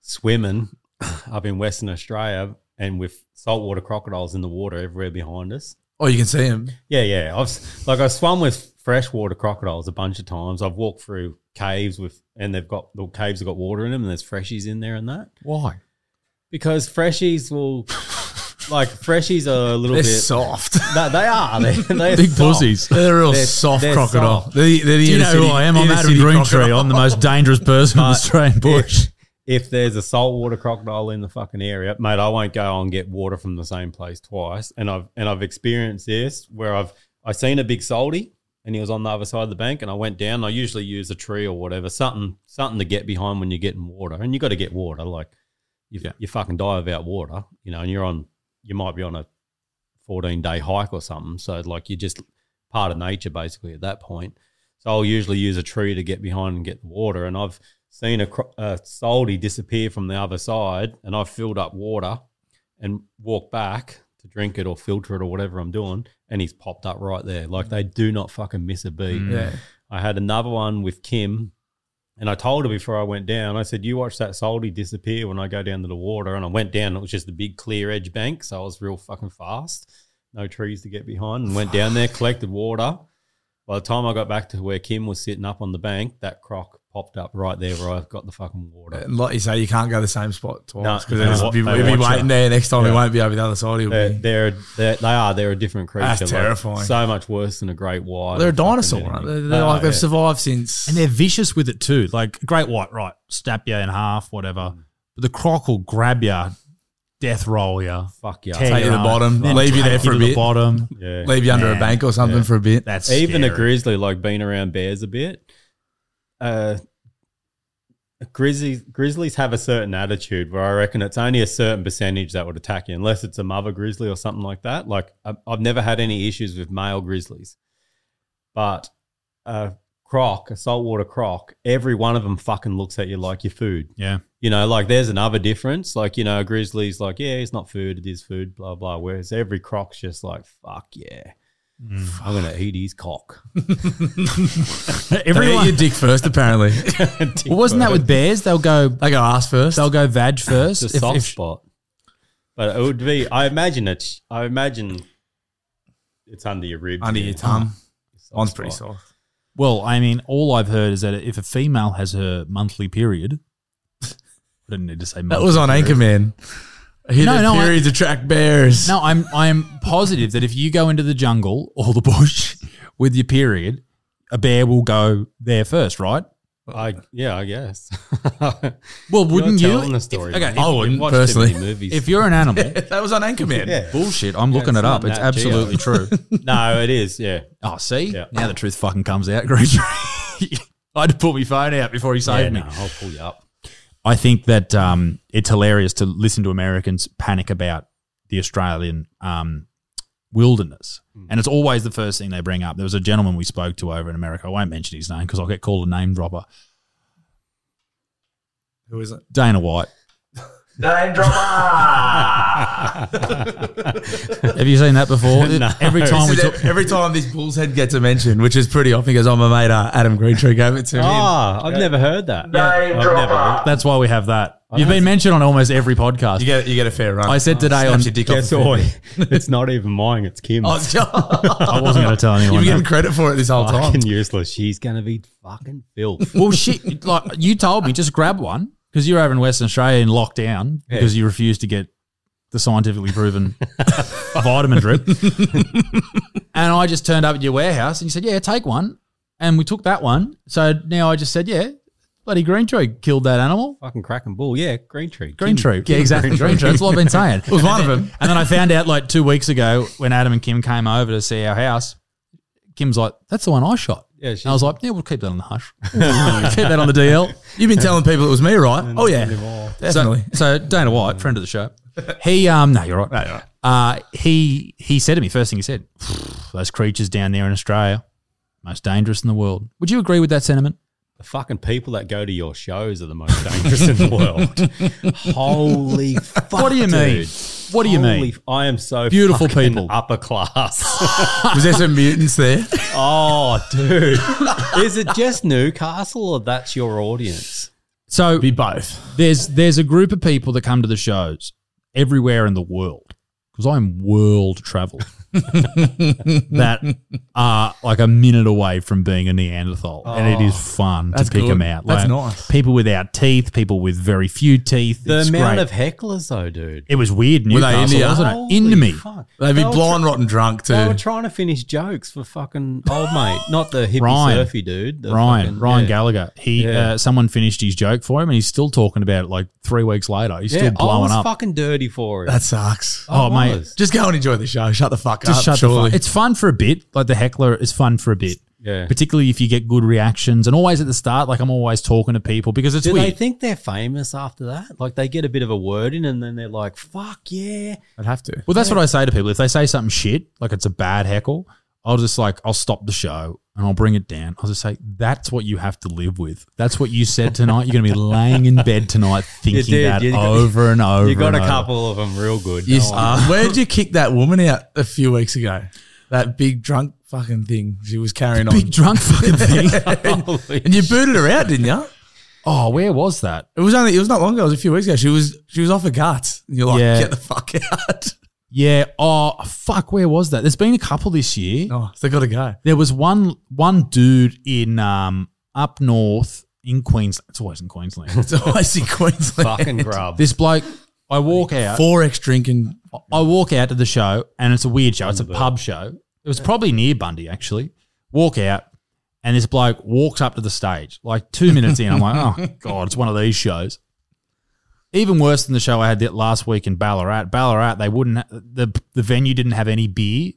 swimming up in Western Australia and with saltwater crocodiles in the water everywhere behind us.
oh, you can see him.
Yeah, yeah. I've s- like I've swum with freshwater crocodiles a bunch of times. I've walked through caves with and they've got the caves have got water in them and there's freshies in there and that.
Why?
Because freshies will like freshies are a little
They're
bit
soft.
No, they are. They're, they're
Big
soft.
pussies.
They're a real
They're-
soft
they're
crocodile.
soft.
Oh, They're, they're the
Do you
inner
know
city-
who I am? I'm
inner
Adam
city
Greentree.
crocodile.
I'm the most dangerous person in the
But
Australian bush.
if there's a saltwater crocodile in the fucking area, mate, I won't go and get water from the same place twice. And I've and I've experienced this where I've I seen a big salty and he was on the other side of the bank and I went down. I usually use a tree or whatever, something something to get behind when you're getting water. And you got to get water, like you
Yeah.
you fucking die without water, you know. And you're on you might be on a 14 day hike or something, so like you just part of nature basically at that point. So I'll usually use a tree to get behind and get the water. And I've seen a, cro- a soldy disappear from the other side, and I've filled up water and walked back to drink it or filter it or whatever I'm doing, and he's popped up right there. Like they do not fucking miss a beat.
Yeah.
I had another one with Kim, and I told her before I went down, I said, You watch that salty disappear when I go down to the water. And I went down, it was just a big clear edge bank. So I was real fucking fast, no trees to get behind, and went down there, collected water. By the time I got back to where Kim was sitting up on the bank, that croc popped up right there where I got the fucking water.
And like you say, you can't go the same spot twice
No,
because
no,
then it'll be,
they
we'll be
watch
waiting
it.
there next time.
Yeah.
We won't be over the other side. It'll
They're,
be.
they're, they're they are they're a different creature.
That's
like,
terrifying.
so much worse than a great white.
They're
or
a
fucking
dinosaur,
anything.
aren't they? They're
They are,
like they've
yeah.
survived since.
And they're vicious with it too. Like great white, right? Snap you in half, whatever.
Mm.
But the croc will grab you, death roll you,
Fuck yeah.
tear
Take you to the
up,
bottom,
then
leave you
take
there for
to
a
the
bit.
bottom.
yeah.
leave you under
Yeah.
a bank or something for a bit.
That's
even a
scary.
grizzly like being around bears a bit uh grizzlies grizzlies have a certain attitude where i reckon it's only a certain percentage that would attack you unless it's a mother grizzly or something like that like I- i've never had any issues with male grizzlies but a croc a saltwater croc every one of them fucking looks at you like your food
Yeah.
you know, like there's another difference. Like, you know, a grizzly's like, yeah, it's not food, it is food, blah, blah. Whereas every croc's just like, fuck yeah. I'm gonna eat his cock.
They eat
Everyone.
your dick first, apparently.
Well, wasn't that with bears? They'll go.
they go ass first.
They'll go vag first.
it's a
If-
soft
if-
spot? But it would be. I imagine it's. I imagine it's under your ribs,
under
yeah.
your tongue.
Ah,
Soft
Mine's pretty
spot.
soft.
well, I mean, all I've heard is that if a female has her monthly period, I didn't need to say
That was on Anchorman. Hidden
No, no, I-
periods attract bears.
No, I'm I'm positive that if you go into the jungle or the bush with your period, a bear will go there first, right?
I yeah, I guess.
Well, wouldn't
You're
you?
telling the story.
okay,
man.
I
You've
wouldn't,
watched too many
personally.
Movies.
If you're an animal,
that was on Anchorman.
yeah.
bullshit. I'm looking
it's
it up.
not
It's
Nat Geo.
absolutely true.
no, it is. Yeah,
Oh, see,
Yeah.
now the truth fucking comes out, Green. I had to pull my phone out before he
yeah.
saved
No,
me.
I'll pull you up.
I think that um, it's hilarious to listen to Americans panic about the Australian um, wilderness.
Hmm.
And it's always the first thing they bring up. There was a gentleman we spoke to over in America. I won't mention his name because I'll get called a name dropper.
Who is it?
Dana White.
Name dropper!
Have you seen that before?
No.
Every time we
This is
talk,
ev- every time this bull's head gets a mention, which is pretty often, because I'm a mate, uh, Adam Greentree gave it to
Oh.
me.
Ah, I've never heard that.
Name
I've
dropper!
that's why we have that. You've been mentioned on almost every podcast.
You get you get a fair run.
I said today
Snaps
on-
your dick off
Guess
a fair
what?
bit.
It's not even mine. It's Kim.
Oh, it's-
I wasn't going to tell anyone.
You've been
that.
getting credit for it this whole time.
fucking useless. She's gonna be fucking filth.
Well, shit, like you told me, just grab one because you're over in Western Australia in lockdown because you refused to get the scientifically proven vitamin drip. and I just turned up at your warehouse and you said, "Yeah, take one," and we took that one. So now I just said, "Yeah, bloody green tree killed that animal."
fucking cracking bull. Yeah, green tree.
Green tree, yeah, exactly. Green tree. That's what I've been saying. It was
one of them.
And then I found out like two weeks ago when Adam and Kim came over to see our house. Kim's like, "That's the one I shot."
Yeah,
And I was like, "Yeah, we'll keep that on the hush. keep that on the DL."
You've been telling people it was me, right? Oh yeah, definitely.
So, so Dana White, friend of the show, he um no you're right. Uh, he he said to me first thing he said, those creatures down there in Australia, most dangerous in the world. Would you agree with that sentiment?
The fucking people that go to your shows are the most dangerous in the world. Holy fuck.
What do you mean?
dude.
What do you
Holy
mean?
f- I am so
Beautiful
fucking
people.
upper class.
Was there some mutants there?
oh, dude. Is it just Newcastle or that's your audience?
So
Be both.
there's there's a group of people that come to the shows everywhere in the world because I'm world travel that are like a minute away from being a Neanderthal, and it
Oh,
is fun to
that's
pick
good.
them out.
That's
Like,
nice.
People without teeth, people with very few teeth.
The
it's
amount
great.
of hecklers, though, dude.
it was weird
Were they
Newcastle,
India?
wasn't
Holy
it? Into me.
fuck.
They'd be
They were
blind, rotten, drunk
They were
too.
trying to finish jokes for fucking old mate, not the hippie
Ryan.
surfy dude. the
Ryan,
fucking-
Ryan
yeah.
Gallagher. He,
Yeah.
uh, someone finished his joke for him, and he's still talking about it like three weeks later. He's
Yeah,
still
I was
blowing up.
fucking dirty for it.
That sucks.
oh,
I
mate,
was.
Just go and enjoy the show. Shut the fuck
just
Uh,
up.
shut the
surely.
fuck. It's fun for a bit. Like the heckler is fun for a bit.
Yeah.
Particularly if you get good reactions and always at the start, like I'm always talking to people because it's
Do they
weird.
think they're famous after that? Like they get a bit of a word in and then they're like, fuck yeah.
I'd have to.
well, that's what I say to people. If they say something shit, like it's a bad heckle, I'll just like I'll stop the show and I'll bring it down. I'll just say that's what you have to live with. That's what you said tonight. You're gonna be laying in bed tonight thinking
did.
that
You got-
over and over.
You got
and
a
over.
couple of them real good.
You,
Go on.
uh, where'd you kick that woman out a few weeks ago? That big drunk fucking thing she was carrying on.
Big drunk fucking thing.
Holy
and you booted her out, didn't you?
oh, where was that?
It was only it was not long ago. It was a few weeks ago. She was she was off her guts. And you're like,
Yeah.
get the fuck out.
Yeah. Oh, fuck. Where was that? There's been a couple this year.
Oh, so they got to go.
There was one one dude in um up north in Queensland. It's always in Queensland.
It's always in Queensland.
fucking grub.
this bloke. I walk out.
Four X drinking.
I walk out to the show, and it's a weird show. It's a pub show. It was probably near Bundy, actually. Walk out, and this bloke walks up to the stage. Like two minutes in, I'm like, oh, God, it's one of these shows. Even worse than the show I had that last week in Ballarat. Ballarat, they wouldn't, the, the venue didn't have any beer.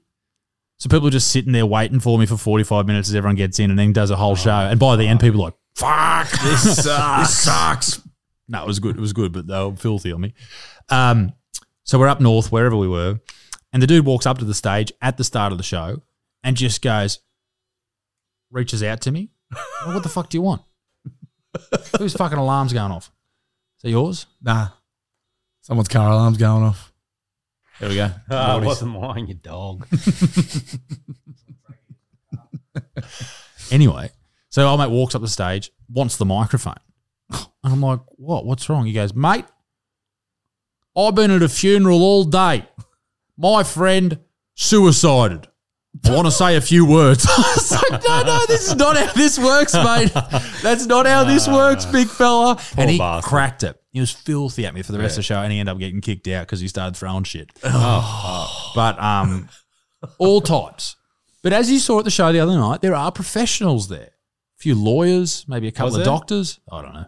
So people were just sitting there waiting for me for 45 minutes as everyone gets in and then does a whole show. And by the end, people are like, fuck, Oh this sucks. this sucks. No, it was good. It was good, but they were filthy on me. Um, so we're up north, wherever we were, and the dude walks up to the stage at the start of the show and just goes, reaches out to me. "Oh, what the fuck do you want? Whose fucking alarm's going off? Is that yours?
Nah, someone's car alarm's going off. There we go.
Ah, it wasn't mine, you dog.
Anyway, so our mate walks up the stage, wants the microphone. And I'm like, what? What's wrong? He goes, mate, I've been at a funeral all day. My friend suicided. I want to say a few words. I was like, no, no, this is not how this works, mate. That's not how this works, big fella. and he
bastard.
cracked it. He was filthy at me for the rest of the show, and he ended up getting kicked out because he started throwing shit. Oh, but um, all types. But as you saw at the show the other night, there are professionals there. A few lawyers, maybe a couple
Was
of
there?
doctors. I don't know.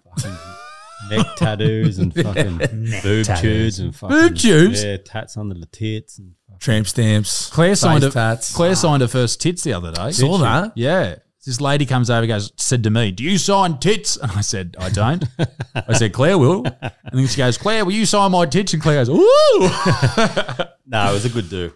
Neck tattoos and fucking boob tubes and fucking
Boob tubes?
Yeah, tats under the tits. And
Tramp stamps.
Claire signed her,
Face tats.
Claire signed her first tits the other day.
Saw that.
Yeah. This lady comes over, goes, said to me, Do you sign tits? And I said, I don't. I said, Claire will. And then she goes, Claire, will you sign my tits? And Claire goes, Ooh.
no, it was a good do.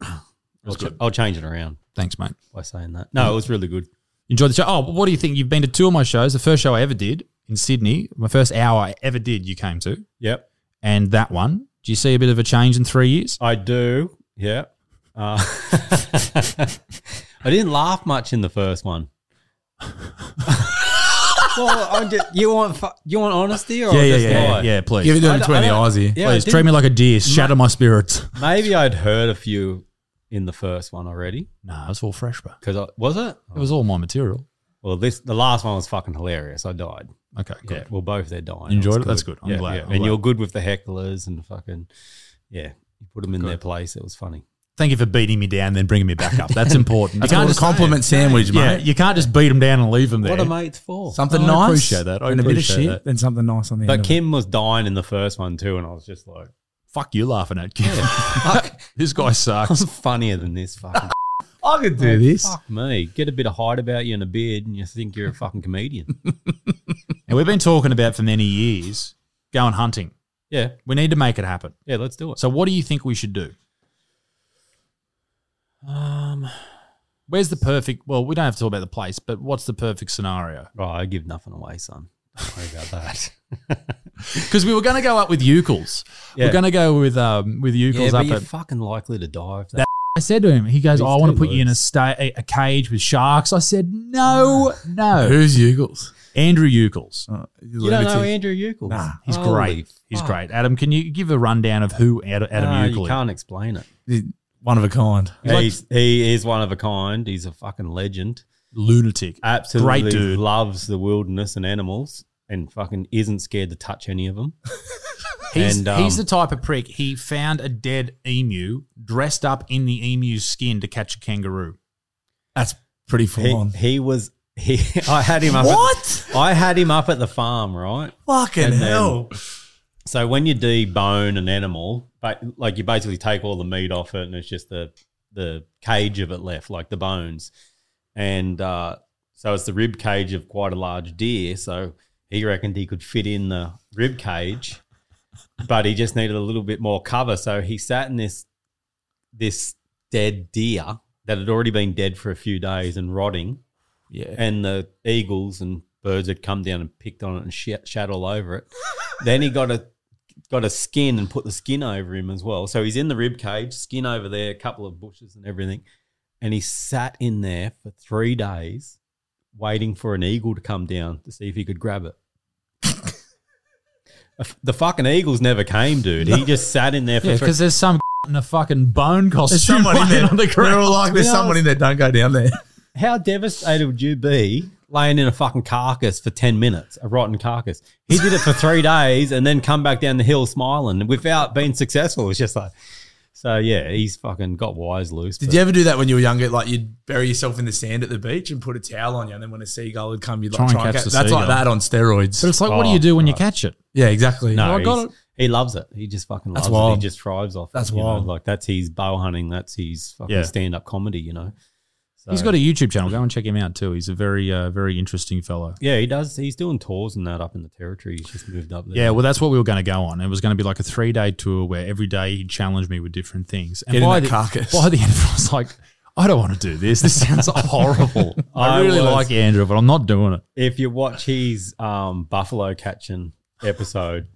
I'll, ch- I'll change it around
Thanks, mate.
by saying that. No, it was really good.
Enjoyed the show. Oh, what do you think? You've been to two of my shows. The first show I ever did in Sydney, my first hour I ever did, you came to.
Yep,
And that one. Do you see a bit of a change in three years?
I do. Yeah, uh, I didn't laugh much in the first one. well, I just, you want fu- you want honesty or just lie?
yeah, please.
Give it to him
Oh, I-
between
I
the
don't-
eyes here.
Yeah, I
Please
didn't-
treat me like a deer. Shatter my spirits.
Maybe I'd heard a few in the first one already.
Nah, it was all fresh, bro.
Because I was it?
It was all my material.
Well, this the last one was fucking hilarious. I died.
Okay, good.
Yeah, well, both they're dying.
Enjoyed
was
it? That's good. I'm glad. I'm
and
glad.
you're good with the hecklers and fucking, yeah. You put them in their place. It was funny.
Thank you for beating me down, then bringing me back up. That's important.
That's
you can't
called a
just
compliment sandwich,
yeah,
mate.
you can't just beat them down and leave them there.
What are mates for?
Something
I
nice.
appreciate that. I
and a bit of
appreciate
shit,
that.
then something nice on the
But
end.
Kim was dying in the first one too, and I was just like,
Fuck you, laughing at Kim. this guy sucks.
"It's funnier than this fucking."
I could do this.
fuck me. Get a bit of height about you and a beard, and you think you're a fucking comedian.
And we've been talking about for many years going hunting.
yeah,
We need to make it happen.
yeah. Let's do it.
So, what do you think we should do? Um, where's the perfect? Well, we don't have to talk about the place, but what's the perfect scenario?
Right, I give nothing away, son. Don't worry about that.
Because we were going to go up with Eucles.
Yeah.
We're going to go with um with
yeah,
Eucles
but
up
you're
at
fucking likely to die if that.
I said to him, he goes,
These
"Oh, I want to
two
put you in a,
words.
sta- a a cage with sharks. I said, no, no.
Who's Eagles?
Andrew Eucles.
Oh,
You don't know Andrew Euclid.
Nah.
He's
Holy
great. He's
fuck.
great. Adam, can you give a rundown of who Ad- Adam
Nah,
Euclid
you can't explain it.
One of a kind.
He's, he is one of a kind. He's a fucking legend.
Lunatic.
Uh, Absolutely
Great dude.
loves the wilderness and animals and fucking isn't scared to touch any of them.
He's,
and, um,
he's the type of prick. He found a dead emu dressed up in the emu's skin to catch a kangaroo.
That's pretty full
He,
on.
he was he I had him up
What?
At, I had him up at the farm, right?
Fucking
then-
hell.
So when you debone an animal, but like you basically take all the meat off it, and it's just the the cage of it left, like the bones, and uh, so it's the rib cage of quite a large deer. So he reckoned he could fit in the rib cage, but he just needed a little bit more cover. So he sat in this this dead deer that had already been dead for a few days and rotting,
Yeah.
and the eagles and birds had come down and picked on it and shat, shat all over it. then he got a got a skin and put the skin over him as well. So he's in the rib cage, skin over there, a couple of bushes and everything, and he sat in there for three days, waiting for an eagle to come down to see if he could grab it. the fucking eagles never came, dude. He just sat in there for
Yeah,
three.
because there's some in a fucking bone costume.
There's someone in
laying
there.
on the ground.
They're all like, there's someone in there. Don't go down there.
How devastated would you be laying in a fucking carcass for 10 minutes, a rotten carcass? He did it for three days and then come back down the hill smiling without being successful. It's just like, so yeah, he's fucking got wires loose.
Did
but-
you ever do that when you were younger? Like you'd bury yourself in the sand at the beach and put a towel on you, and then when a seagull would come, you'd like try and catch.
the
that's
seagull.
like that on
But
steroids.
it's like,
Oh,
what do you do when you catch it?
Yeah, exactly.
No,
I got
he's- He loves it. He just fucking
That's
loves it.
wild.
He just thrives off.
That's
it, you know?
wild.
Like that's his bow hunting. That's his fucking
Yeah.
stand up comedy, you know? So,
He's got a YouTube channel. Go and check him out too. He's a very, uh, very interesting fellow.
yeah, he does. He's doing tours and that up in the territory. He's just moved up there.
Yeah, well, that's what we were going to go on. It was going to be like a three day tour where every day he'd challenge me with different things. And
Get in
by
that
the,
carcass.
by the end, of it, I was like, I don't want to do this. This sounds horrible. I,
I
really
was-
like Andrew, but I'm not doing it.
if you watch his um, buffalo catching episode,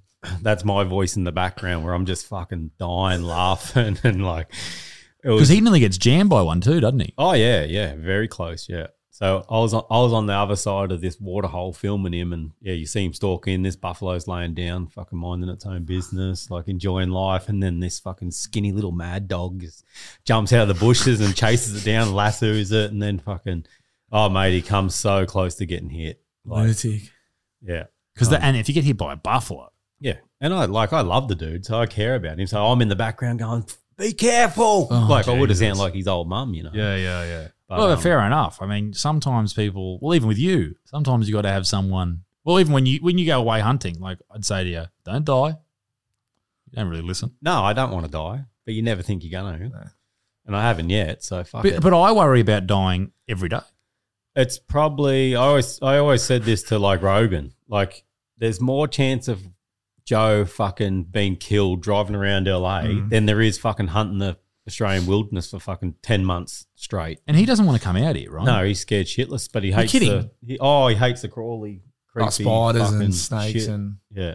that's my voice in the background where I'm just fucking dying laughing and like it
Because
was.
he nearly gets jammed by one too, doesn't he?
oh yeah, yeah, very close. Yeah. So I was on, I was on the other side of this waterhole filming him, and yeah, you see him stalk in. This buffalo's laying down, fucking minding its own business, like enjoying life, and then this fucking skinny little mad dog just jumps out of the bushes and chases it down, lassos it, and then fucking, oh mate, he comes so close to getting hit. Like,
Lunatic.
yeah.
Because and if you get hit by a buffalo,
Yeah. And I like I love the dude, so I care about him. So I'm in the background going, be careful. like I would have sounded like his old mum, you know.
Oh, yeah, yeah.
But,
well,
um,
fair enough. I mean, sometimes people, well, even with you, sometimes you got to have someone. Well, even when you when you go away hunting, like I'd say to you, don't die. You don't really listen.
No, I don't want to die. But you never think you're gonna. And I haven't yet, so fuck
But,
it.
but I worry about dying every day.
it's probably I always I always said this to like Rogan. Like there's more chance of Joe fucking being killed driving around LA
Mm.
than there is fucking hunting the Australian wilderness for fucking ten months straight.
And he doesn't want to come out here, right?
No, he's scared shitless, but he hates
kidding.
the he, oh he hates the crawly creepy
Like spiders
fucking
and snakes
shit.
and
Yeah.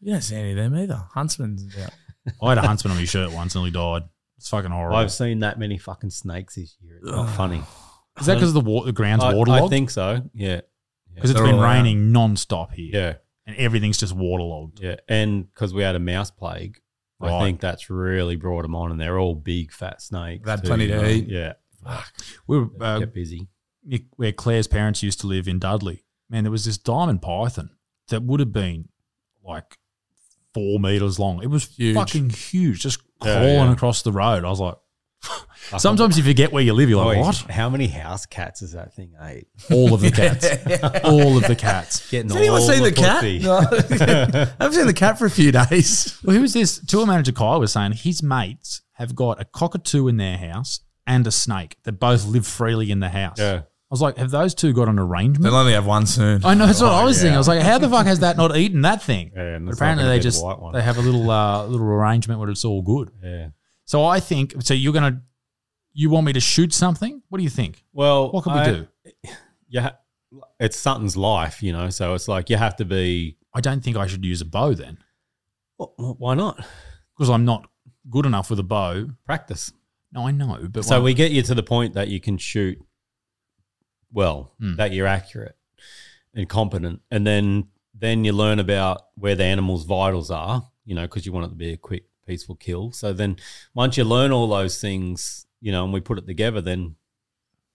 you don't see any of them either. Huntsmen. Yeah.
I had a huntsman on my shirt once and he died. It's fucking horrible.
I've seen that many fucking snakes this year. It's not funny.
Is that because the wa- the ground's
I,
waterlogged?
I think so. Yeah.
because it's
They're
been
all out.
raining non-stop here,
Yeah.
and everything's just waterlogged.
Yeah. And because we had a mouse plague,
Right.
I think that's really brought them on. And they're all big fat snakes.
They had
too,
plenty to
you know?
eat.
Yeah.
We were, uh,
Get busy.
Nick- where Claire's parents used to live in Dudley. Man, there was this diamond python that would have been like four meters long. It was
Huge.
fucking huge, just
Yeah,
crawling
yeah.
across the road. I was like, sometimes you forget where you live. You're like,
Boy,
what?
How many house cats has that thing ate?
All of the cats, all of the cats.
Getting
Has anyone
all
seen the, cat?
pussy.
No. I haven't seen the cat for a few days.
Well, who was this? Tour manager Kyle was saying his mates have got a cockatoo in their house and a snake that both live freely in the house.
Yeah.
I was like, have those two got an arrangement?
They'll only have one soon.
I know that's what I was thinking. I was like, how the fuck has that not eaten that thing?
Oh, Yeah, and
But
it's not
apparently
gonna
they
get the
just
white one.
they have a little uh, little arrangement where it's all good.
Yeah.
So I think so. You're gonna you want me to shoot something? What do you think?
Well,
What can we
I-
do?
You ha- it's Sutton's life, you know, so it's like you have to be.
I don't think I should use a bow then
Why not?
because I'm not good enough with a bow.
Practice.
No, I know, but
So
like-
we get you to the point that you can shoot well,
Hmm.
that you're accurate and competent, and then then you learn about where the animal's vitals are, you know, because you want it to be a quick, peaceful kill. So then once you learn all those things, you know, and we put it together, then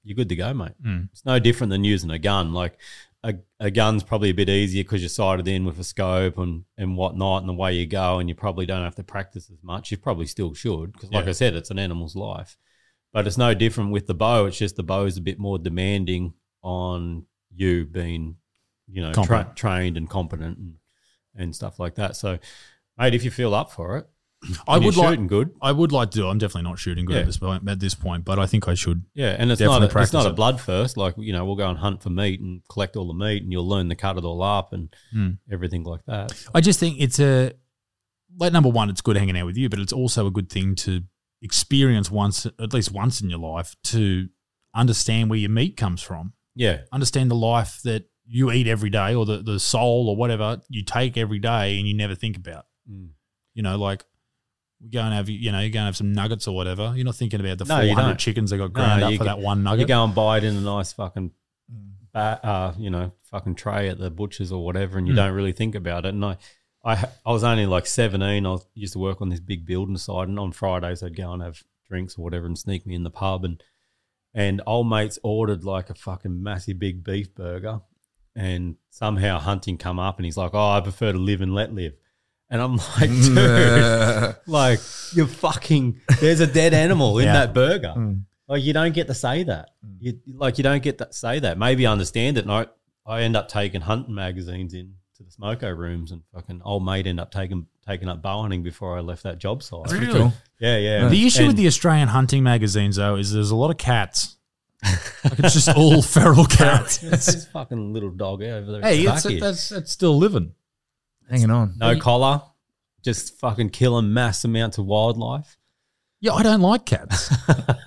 you're good to go, mate.
Mm.
It's no different than using a gun. Like a, a gun's probably a bit easier because you're sighted in with a scope and, and whatnot and the way you go, and you probably don't have to practice as much. You probably still should because, like
Yeah.
I said, it's an animal's life. But it's no different with the bow. It's just the bow's a bit more demanding on you being, you know, tra-
Competent.
trained and competent and, and stuff like that. So, mate, if you feel up for it,
I
and
would
you're
like
shooting good.
I would like to. do I'm definitely not shooting good
Yeah.
at this point. At this point, but I think I should.
Yeah, and it's
Definitely
not a,
practice
it's not a
it.
blood first. Like you know, we'll go and hunt for meat and collect all the meat, and you'll learn to cut it all up and
Hmm.
everything like that.
I just think it's a like number one, it's good hanging out with you, but it's also a good thing to experience once, at least once in your life, to understand where your meat comes from,
Yeah.
understand the life that you eat every day or the, the soul or whatever you take every day and you never think about.
Mm.
You know, like we go and have, you know, you go and have some nuggets or whatever. You're not thinking about the
No, you
400
don't.
chickens that got ground
No,
up
you
for
go-
that one
You
nugget. Mm.
go and buy it in a nice fucking, ba- uh, you know, fucking tray at the butcher's or whatever, and you
Mm.
don't really think about it. And I, I, ha- I was only like seventeen. I was, used to work on this big building site, and on Fridays I'd go and have drinks or whatever, and sneak me in the pub. And and old mates ordered like a fucking massive big beef burger, and somehow hunting come up, and he's like, "Oh, I prefer to live and let live." And I'm like, dude, like you're fucking there's a dead animal in
Yeah. Mm.
that burger like you don't get to say that you, like you don't get to say that maybe i understand it and i i end up taking hunting magazines in to the smoko rooms and fucking old mate end up taking taking up bow hunting before i left that job site
Pretty cool.
yeah yeah
The issue with
And-
the Australian hunting magazines, though, is there's a lot of cats. like it's just all feral cats.
It's this fucking little dog over there
hey,
at
it's,
the back here.
that's, that's still living.
Hanging on.
no collar just fucking killing mass amounts of wildlife
Yeah, I don't like cats.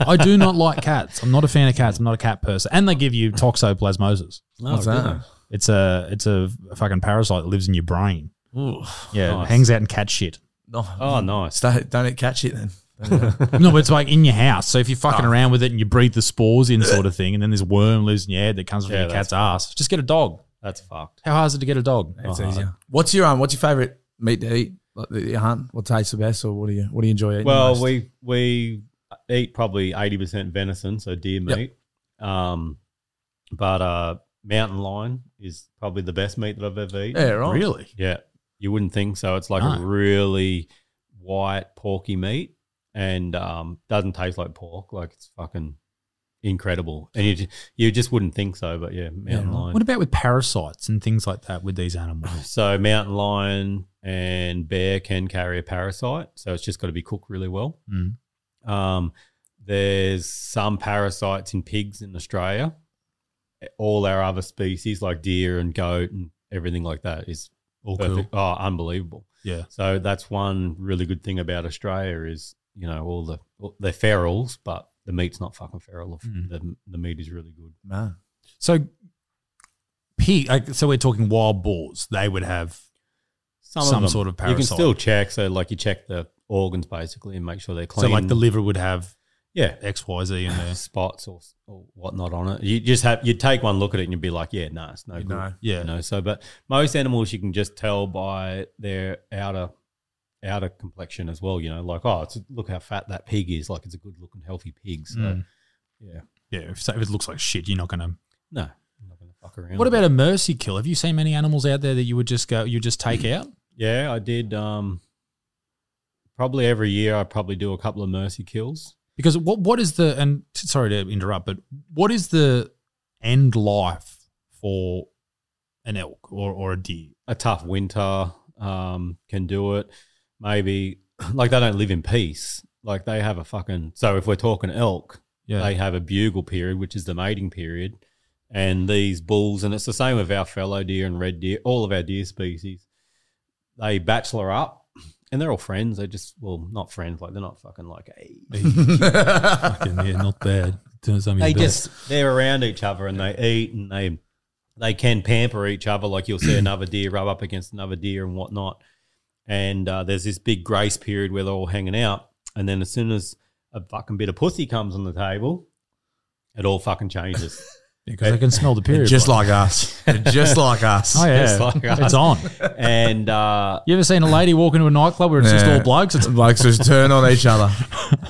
I do not like cats. I'm not a fan of cats. I'm not a cat person. And they give you toxoplasmosis.
What's that?
It's a it's a fucking parasite that lives in your brain.
Ooh.
Yeah,
Nice.
it hangs out in cat shit.
No.
oh nice
Stay, don't catch it then.
no, but it's like in your house. So if you're fucking
Ah.
around with it and you breathe the spores in, sort of thing, and then this worm lives in your head that comes from
Yeah,
your
that's
cat's ass, just get a dog.
that's fucked
How hard is it to get a dog?
It's
Oh,
easier. What's your um? What's your favorite meat to eat? Like that you hunt? What tastes the best, or what do you what do you enjoy eating?
Well,
most?
we we eat probably eighty percent venison, so deer
Yep.
meat. Um, but uh, mountain lion is probably the best meat that I've ever eaten.
yeah, right.
Really?
Yeah, you wouldn't think so. It's like a
No.
really white porky meat, and um, doesn't taste like pork. Like it's fucking incredible, and you ju- you just wouldn't think so. But yeah, mountain lion.
What about with parasites and things like that with these animals?
So mountain lion and bear can carry a parasite, so it's just got to be cooked really well.
Mm.
Um, there's some parasites in pigs in Australia. All our other species, like deer and goat and everything like that, is
All
perfect. Oh, unbelievable!
Yeah.
So that's one really good thing about Australia is you know all the they're ferals, but the meat's not fucking feral.
Mm.
The, the meat is really good.
Man.
So, pig. like, So we're talking wild boars. They would have
of
Some
them.
sort of
You can
parasite.
still check. So like you check the organs basically and make sure they're clean.
so like the liver would have
yeah
X Y Z in there.
spots or, or whatnot on it. You just have you take one look at it and you'd be like, yeah, no, it's no good.
know.
Yeah.
You know, so but most animals you can just tell by their outer outer complexion as well. You know, like oh, it's, look how fat that pig is. Like it's a good looking healthy pig. So
Mm.
yeah,
Yeah. If, so- if it looks like shit, you're not gonna.
no, I'm not gonna fuck around.
What
with
about
it.
a mercy kill? Have you seen many animals out there that you would just go, you just take
Mm.
out?
Yeah, I did. Um, probably every year I probably do a couple of mercy kills.
Because what what is the and t- sorry to interrupt, but what is the end life for an elk or, or a deer?
a tough winter um, can do it. Maybe like they don't live in peace. Like they have a fucking so if we're talking elk,
Yeah.
they have a bugle period, which is the mating period, and these bulls, and it's the same with our fallow deer and red deer, all of our deer species. They bachelor up, and they're all friends. They just well, not friends, like they're not fucking like hey.
yeah, not bad.
They just they're around each other and they eat and they they can pamper each other. Like you'll see another deer rub up against another deer and whatnot. And uh, there's this big grace period where they're all hanging out, and then as soon as a fucking bit of pussy comes on the table, it all fucking changes.
because they can smell the period.
Just
blood.
like us. They're just like us.
oh yeah,
just like us.
it's on.
and uh,
You ever seen a lady walk into a nightclub where it's just
Yeah.
all blokes? It's
Blokes just turn on each other.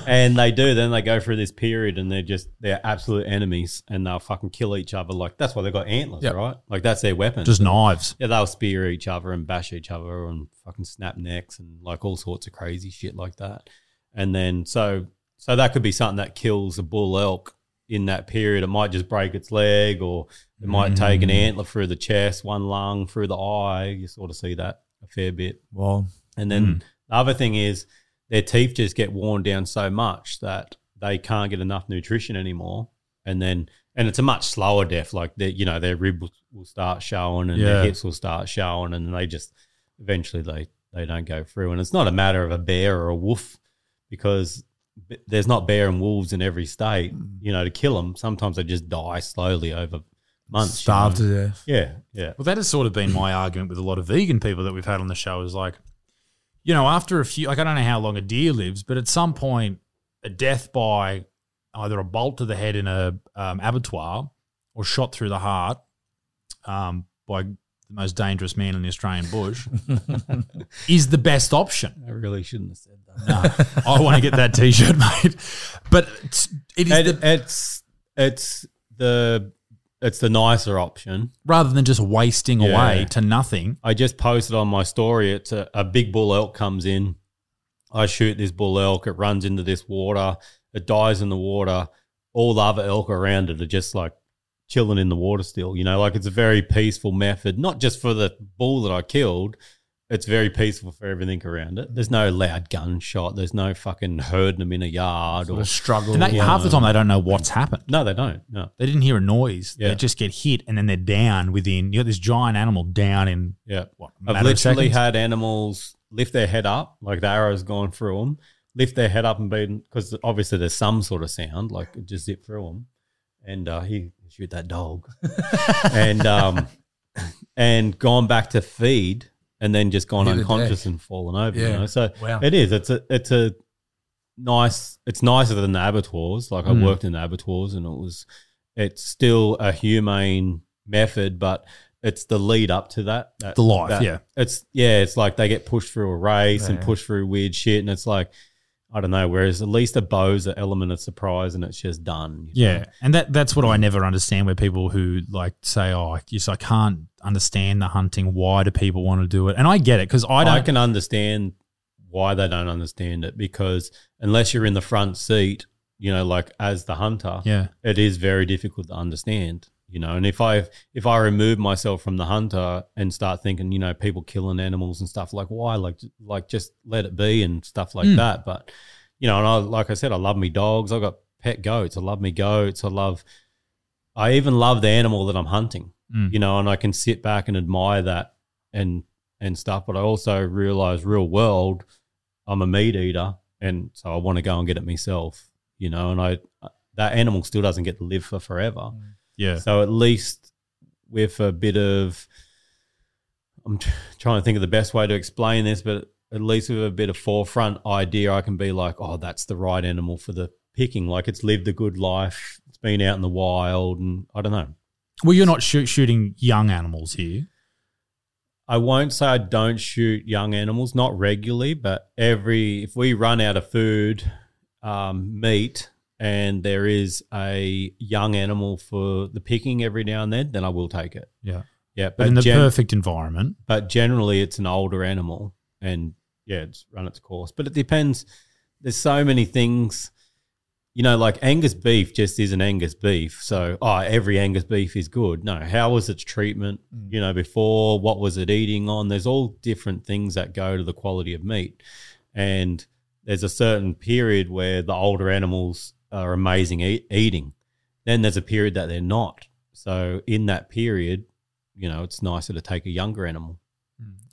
and they do. Then they go through this period, and they're just they're absolute enemies, and they'll fucking kill each other. Like that's why they've got antlers,
Yep.
right? Like that's their weapon.
just knives.
Yeah, they'll spear each other and bash each other and fucking snap necks and like all sorts of crazy shit like that. And then so so that could be something that kills a bull elk in that period. It might just break its leg or it might take an antler through the chest, one lung through the eye. You sort of see that a fair bit.
Well,
And then the other thing is their teeth just get worn down so much that they can't get enough nutrition anymore. And then and it's a much slower death. Like their you know their rib will- will start showing and
Yeah.
their hips will start showing, and they just eventually they they don't go through. And it's not a matter of a bear or a wolf because b- there's not bear and wolves in every state, you know, to kill them. Sometimes they just die slowly over months. you
starved
know.
to death.
Yeah, yeah.
Well, that has sort of been my argument with a lot of vegan people that we've had on the show is like, you know, after a few, like, I don't know how long a deer lives, but at some point, a death by either a bolt to the head in a um, abattoir or shot through the heart um, by the most dangerous man in the Australian bush is the best option.
I really shouldn't have said that.
No, I want to get that t shirt, mate. But it's, it is
It-
the,
it's it's the it's the nicer option.
rather than just wasting
Yeah.
away to nothing.
I just posted on my story. It's a, a big bull elk comes in. I shoot this bull elk. It runs into this water. It dies in the water. All the other elk around it are just like chilling in the water still. You know, like it's a very peaceful method, not just for the bull that I killed. It's very peaceful for everything around it. There's no loud gunshot. There's no fucking herding them in a yard. Or,
Sort of struggle.
And they, half the time, they don't know what's happened.
no, they don't. No.
They didn't hear a noise.
Yeah.
They just get hit and then they're down within. You got this giant animal down in
Yeah.
what? a
I've
matter of
literally
seconds?
had animals lift their head up, like the arrow's gone through them, lift their head up and been, because obviously there's some sort of sound, like it just zip through them. And uh, he shoot that dog, and um, and gone back to feed, and then just gone
Hit the
unconscious
deck.
and fallen over. You
Yeah.
know? So
Wow.
it is. It's a it's a nice. It's nicer than the abattoirs. Like
Mm.
I worked in the abattoirs, and it was. It's still a humane method, but it's the lead up to that. that
the life.
that-
yeah.
it's yeah, it's like they get pushed through a race and
Yeah.
pushed through weird shit, and it's like I don't know. Whereas at least a bow's an element of surprise, and it's just done. you know?
Yeah. And that that's what I never understand where people who like say, oh, I just, I can't understand the hunting. Why do people want to do it? And I get it because I don't.
I, can understand why they don't understand it because unless you're in the front seat, you know, like as the hunter,
yeah.
it is very difficult to understand. You know, and if I if I remove myself from the hunter and start thinking, you know, people killing animals and stuff, like why, like like just let it be and stuff like
Mm.
that. But you know, and I like I said, I love me dogs. I got pet goats. I love me goats. I love. I even love the animal that I'm hunting.
Mm.
You know, and I can sit back and admire that and and stuff. But I also realize, real world, I'm a meat eater, and so I want to go and get it myself. You know, and I that animal still doesn't get to live for forever.
Yeah.
So at least with a bit of, I'm tr- trying to think of the best way to explain this, but at least with a bit of forefront idea, I can be like, oh, that's the right animal for the picking. Like it's lived a good life, it's been out in the wild, and I don't know.
Well, you're not shoot, shooting young animals here.
I won't say I don't shoot young animals, not regularly, but every if we run out of food, um, meat, and there is a young animal for the picking every now and then, then I will take it.
Yeah.
Yeah,
But in the
gen-
perfect environment,
but generally it's an older animal and yeah it's run its course but it depends there's so many things you know like angus beef just isn't angus beef so oh every angus beef is good no how was its treatment you know before what was it eating on there's all different things that go to the quality of meat and there's a certain period where the older animals are amazing eat- eating then there's a period that they're not so in that period you know it's nicer to take a younger animal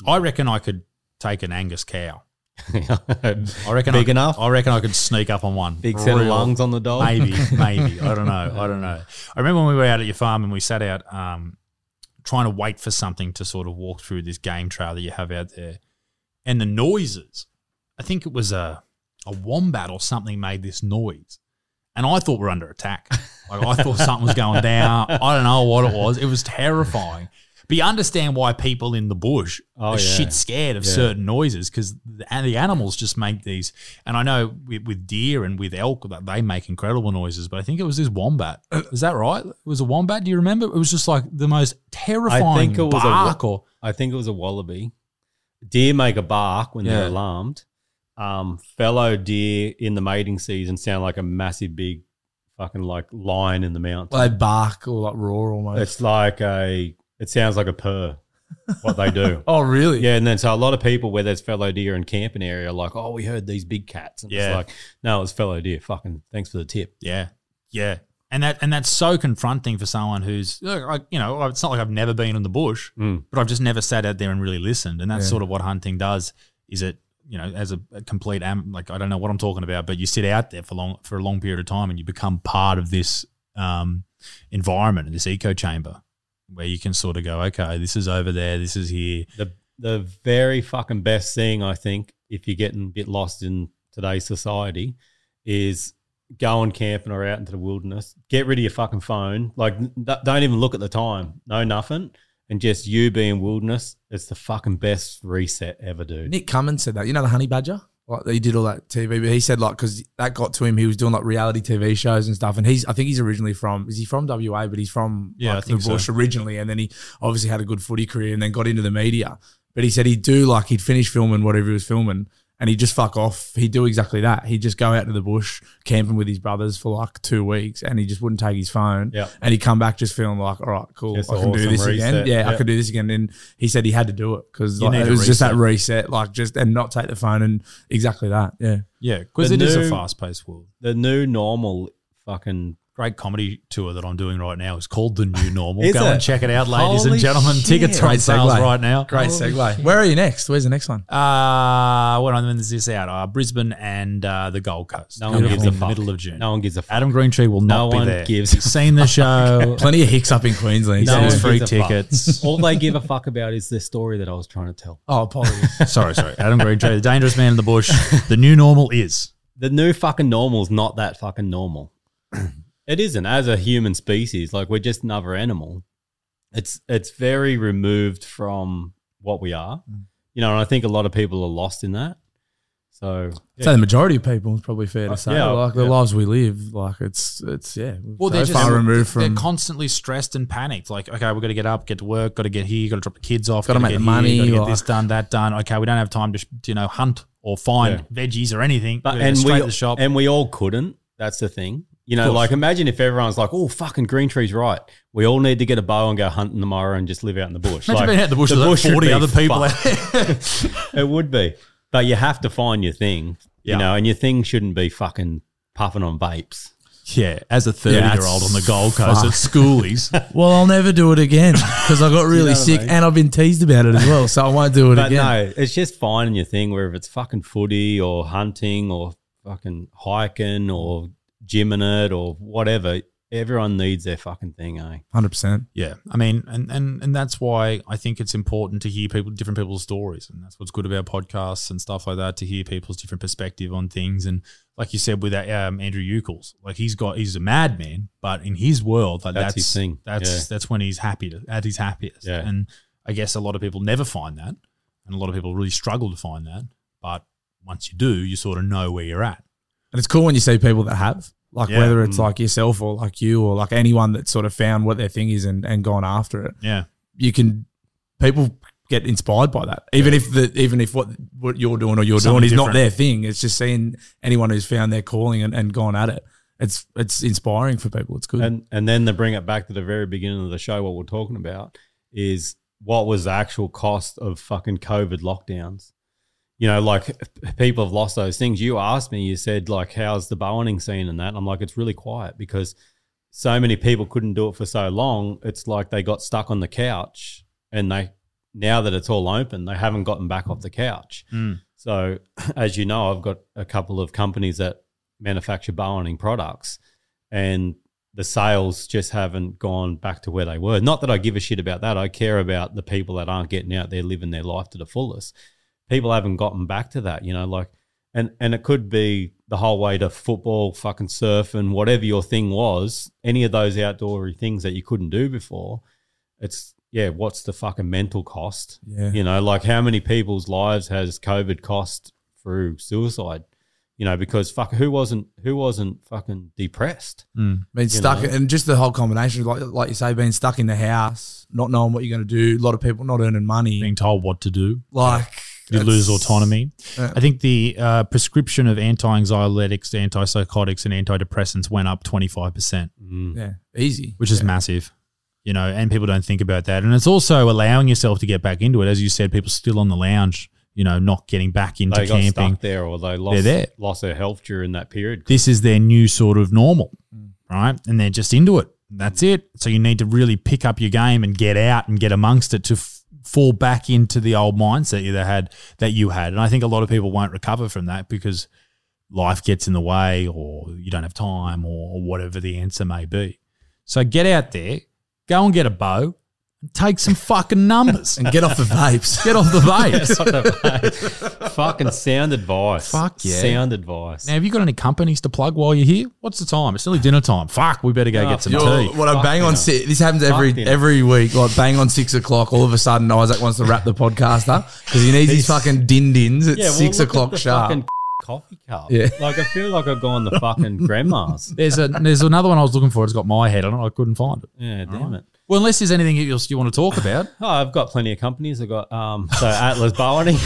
I reckon I could take an Angus cow. I reckon
Big
I,
enough?
I reckon I could sneak up on one.
Big set of
Real-
lungs on the dog.
Maybe, maybe. I don't know. I don't know. I remember when we were out at your farm and we sat out um, trying to wait for something to sort of walk through this game trail that you have out there. And the noises, I think it was a, a wombat or something made this noise. And I thought we're under attack. Like I thought something was going down. I don't know what it was. It was terrifying. But you understand why people in the bush
Oh,
are
yeah.
shit scared of
Yeah.
certain noises because the, and the animals just make these. And I know with, with deer and with elk that they make incredible noises, but I think it was this wombat. Is that right? It was a wombat. Do you remember? It was just like the most terrifying
it was a wa-
bark. or
I think it was a wallaby. Deer make a bark when
Yeah.
they're alarmed. Um, fellow deer in the mating season sound like a massive big fucking like lion in the mountain.
Well, they bark or like roar almost.
It's like a it sounds like a purr. What they do.
oh, really?
Yeah, and then so a lot of people where there's fellow deer in camping area are like, oh, we heard these big cats. And
Yeah.
it's like, no, it's fellow deer. Fucking thanks for the tip.
Yeah, yeah, and that and that's so confronting for someone who's look, I, you know it's not like I've never been in the bush,
Mm.
but I've just never sat out there and really listened, and that's
Yeah.
sort of what hunting does. Is it you know, as a, a complete am, like I don't know what I'm talking about, but you sit out there for long for a long period of time, and you become part of this um, environment, this echo chamber, where you can sort of go, okay, this is over there, this is here.
the the very fucking best thing I think if you're getting a bit lost in today's society is going camping or out into the wilderness. Get rid of your fucking phone. Like n- don't even look at the time. No nothing. And just you being wilderness, it's the fucking best reset ever, dude.
Nick Cummins said that. You know the honey badger? Like he did all that TV, but he said like because that got to him. He was doing like reality TV shows and stuff. And he's, I think he's originally from, is he from WA? But he's from
Yeah,
like,
I think
the bush
so.
originally, and then he obviously had a good footy career and then got into the media. But he said he'd do like he'd finish filming whatever he was filming, and he'd just fuck off. He'd do exactly that. He'd just go out to the bush camping with his brothers for like two weeks, and he just wouldn't take his phone.
Yeah.
and he'd come back just feeling like, all right, cool,
Just
I
an
can do
awesome
this again.
reset.
Yeah, I
Yeah.
could do this again. And he said he had to do it because
You
like,
need
it
a
was just that
reset.
reset, like just and not take the phone and exactly that. Yeah.
Yeah, because
The
it is
new-
a fast paced world.
The new normal fucking
Great comedy tour that I'm doing right now is called The New Normal.
Is
go
it?
and check it out, ladies
Holy
and gentlemen.
shit.
Tickets are on
Great
sales
segue.
right now.
Great segue. Where are you next? Where's the next one?
Uh, when when is this out? Uh, Brisbane and uh, the Gold Coast.
no one
Beautiful.
gives a
in the
fuck.
middle of June.
No one gives a fuck.
Adam Greentree will
No
not be
one
there.
gives-
He's seen the show.
Plenty of hicks up in Queensland.
He's
No
had his
one
free
gives a fuck.
tickets.
All they give a fuck about is the story that I was trying to tell.
Oh, apologies.
sorry, sorry. Adam Greentree, the dangerous man in the bush. The new normal is.
the new fucking normal's not that fucking normal. it isn't as a human species. Like we're just another animal. It's it's very removed from what we are.
Mm.
You know, and I think a lot of people are lost in that. So
so the majority of people is probably fair to say.
yeah,
like the
yeah.
lives we live, like it's it's yeah.
Well,
so
they're just
far removed from.
They're constantly stressed and panicked. Like, okay, we've got to get up, get to work, got to get here, got to drop the kids off,
Gotta make
get here,
the money,
gotta
or-
get this done, that done. Okay, we don't have time to sh- you know hunt or find veggies or anything.
but
We're
and
straight
we
to the shop.
and we all couldn't. That's the thing. You know,
course.
like imagine if everyone's like, "Oh, fucking Green Tree's right. We all need to get a bow and go hunting tomorrow and just live out in the bush."
Imagine
Like,
being out in the bush with like
would
40
be
other people.
fucked.
out there.
It would be. But you have to find your thing,
Yeah.
you know, and your thing shouldn't be fucking puffing on vapes.
yeah, as a 30
Yeah,
year old on the Gold Coast
fuck.
at schoolies.
well, I'll never do it again because I got really sick and I've been teased about it as well, so I won't do it
But
again.
no, it's just finding your thing, whether it's fucking footy or hunting or fucking hiking or gymming it or whatever. Everyone needs their fucking thing, eh?
Hundred percent.
yeah, I mean, and, and and that's why I think it's important to hear people, different people's stories, and that's what's good about podcasts and stuff like that to hear people's different perspective on things. And like you said with uh, um, Andrew Eucles, like he's got he's a madman, but in his world, like
That's
that's
his thing.
That's
Yeah.
that's when he's happy to, at his happiest.
Yeah.
And I guess a lot of people never find that, and a lot of people really struggle to find that. But once you do, you sort of know where you're at.
And it's cool when you see people that have, like
Yeah.
whether it's
Mm.
like yourself or like you or like anyone that sort of found what their thing is and, and gone after it.
Yeah.
You can, people get inspired by that. Even if the, even if what, what you're doing or you're
Something
doing is not
different.
their thing, it's just seeing anyone who's found their calling and, and gone at it. It's, it's inspiring for people. It's good.
And and then to bring it back to the very beginning of the show, what we're talking about is what was the actual cost of fucking COVID lockdowns. You know, like people have lost those things. You asked me, you said like, how's the bowening scene and that? And I'm like, it's really quiet because so many people couldn't do it for so long. It's like they got stuck on the couch and they now that it's all open, they haven't gotten back off the couch.
Mm.
So, as you know, I've got a couple of companies that manufacture bowening products, and the sales just haven't gone back to where they were. Not that I give a shit about that. I care about the people that aren't getting out there living their life to the fullest. People haven't gotten back to that, you know, like and and it could be the whole way to football, fucking surfing, whatever your thing was, any of those outdoory things that you couldn't do before. It's yeah, what's the fucking mental cost?
Yeah.
You know, like how many people's lives has COVID cost through suicide? You know, because fuck who wasn't who wasn't fucking depressed?
Being stuck
know?
and just the whole combination, like like you say, being stuck in the house, not knowing what you're going to do. A lot of people not earning money.
Being told what to do.
like
you lose autonomy.
Yeah.
I think the uh, prescription of anti-anxiolytics, antipsychotics, and antidepressants went up twenty five percent,
Yeah, easy.
which is massive. You know, and people don't think about that. And it's also allowing yourself to get back into it. As you said, people still on the lounge. You know, not getting back into
They got
camping.
stuck there or they lost
there.
lost their health during that period.
This is their new sort of normal, right? And they're just into it. That's it. So you need to really pick up your game and get out and get amongst it to f- fall back into the old mindset you- that had that you had. And I think a lot of people won't recover from that because life gets in the way or you don't have time or whatever the answer may be. So get out there, go and get a bow and take some fucking numbers.
and get off the vapes.
Get off the vapes.
Fucking sound advice.
Fuck yeah.
Sound advice.
Now, have you got any companies to plug while you're here? What's the time? It's nearly dinner time. Fuck, we better go
Oh,
get some
fuck.
tea.
Yo,
What I
Fuck
bang on
dinner.
six. This happens every
dinner.
every week. Like bang on six o'clock. All of a sudden, Isaac wants to wrap the podcast up because he needs his fucking din dins at
Yeah, well,
six
look at
o'clock
the
sharp.
fucking coffee cup.
Yeah.
Like I feel like I've gone the fucking grandma's.
There's a there's another one I was looking for. It's got my head on it. I couldn't find it.
Yeah, damn it.
Well, unless there's anything else you want to talk about.
Oh, I've got plenty of companies. I've got um so Atlas Bowening.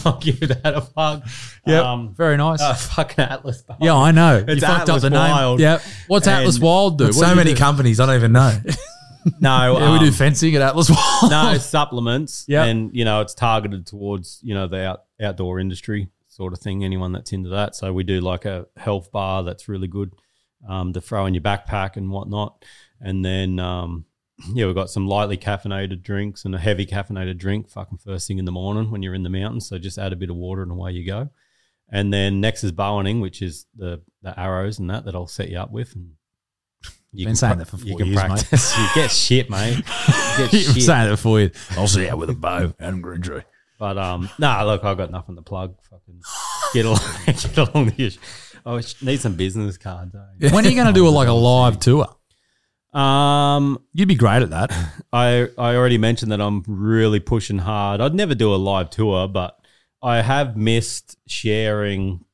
I'll give that a plug.
Yep.
Um
Very nice.
uh, fucking Atlas Bowening.
yeah, I know.
It's
you fucked up
Atlas
the
Wild.
name. Yep. What's
And-
Atlas Wild do?
But
What do
so
you
many
do?
companies, I don't even know.
No,
Yeah, we
um,
do fencing at Atlas Wild.
no it's supplements
Yep.
and you know it's targeted towards you know the out, outdoor industry sort of thing anyone that's into that so we do like a health bar that's really good um, to throw in your backpack and whatnot and then um, yeah we've got some lightly caffeinated drinks and a heavy caffeinated drink fucking first thing in the morning when you're in the mountains so just add a bit of water and away you go and then next is bowening which is the the arrows and that that i'll set you up with and you
Been saying
prac-
that for
you
four
can
years, mate.
practice. you get shit mate you get
You've been
shit
saying that for you. I'll see out with a bow. Adam Grindry.
But um, nah, look, I've got nothing to plug. Fucking get along, get along the issue. I sh- need some business cards. eh?
When are you going to do a, like a live tour?
Um,
You'd be great at that.
I I already mentioned that I'm really pushing hard. I'd never do a live tour, but I have missed sharing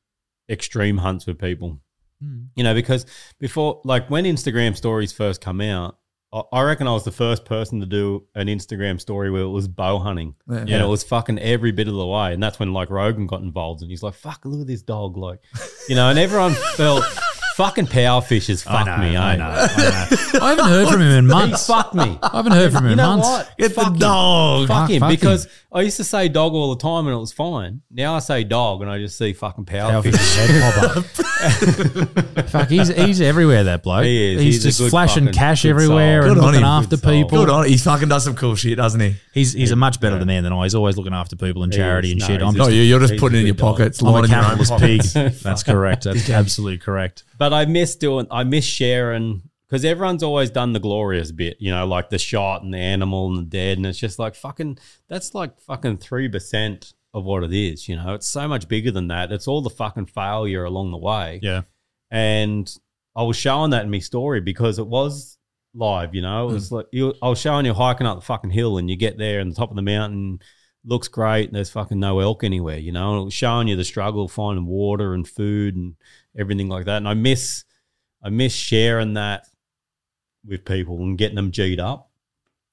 extreme hunts with people.
Hmm.
You know, because before, like when Instagram stories first come out, I, I reckon I was the first person to do an Instagram story where it was bow hunting.
Yeah.
And it was fucking every bit of the way. And that's when like Rogan got involved and he's like, fuck, look at this dog. Like, you know, and everyone felt fucking powerfish as fuck
know,
me.
I
eh?
know, I know. I haven't heard from him in
He
months. I
fucked me.
haven't heard from
You
him in
know
months.
what?
Get the
Fuck him.
dog.
Fuck him
fuck him.
because I used to say dog all the time and it was fine. Now I say dog and I just see fucking powerfish.
Fuck, he's he's everywhere. That bloke.
He is.
He's,
He's a
just
good
flashing
fucking-
cash
good
everywhere
soul.
and
Good on
looking
him.
after
Good soul.
people.
Good on. He's fucking does some cool shit, doesn't he?
He's he's a much better man than I. He's always looking after people and
He is.
charity and
No,
shit.
he's
I'm
a-
No, you- you're just
He's
putting it in
a
your
good dog.
pockets,
I'm a
lining your own
capitalist pig.
pockets.
That's correct. That's absolutely correct.
but I miss doing, I miss sharing because everyone's always done the glorious bit, you know, like the shot and the animal and the dead. And it's just like fucking, that's like fucking 3% of what it is, you know, it's so much bigger than that. It's all the fucking failure along the way.
Yeah.
and I was showing that in my story because it was live. You know, it was like you, I was showing you hiking up the fucking hill, and you get there and the top of the mountain looks great, and there's fucking no elk anywhere. You know, and it was showing you the struggle finding water and food and everything like that. And I miss, I miss sharing that with people and getting them g'd up.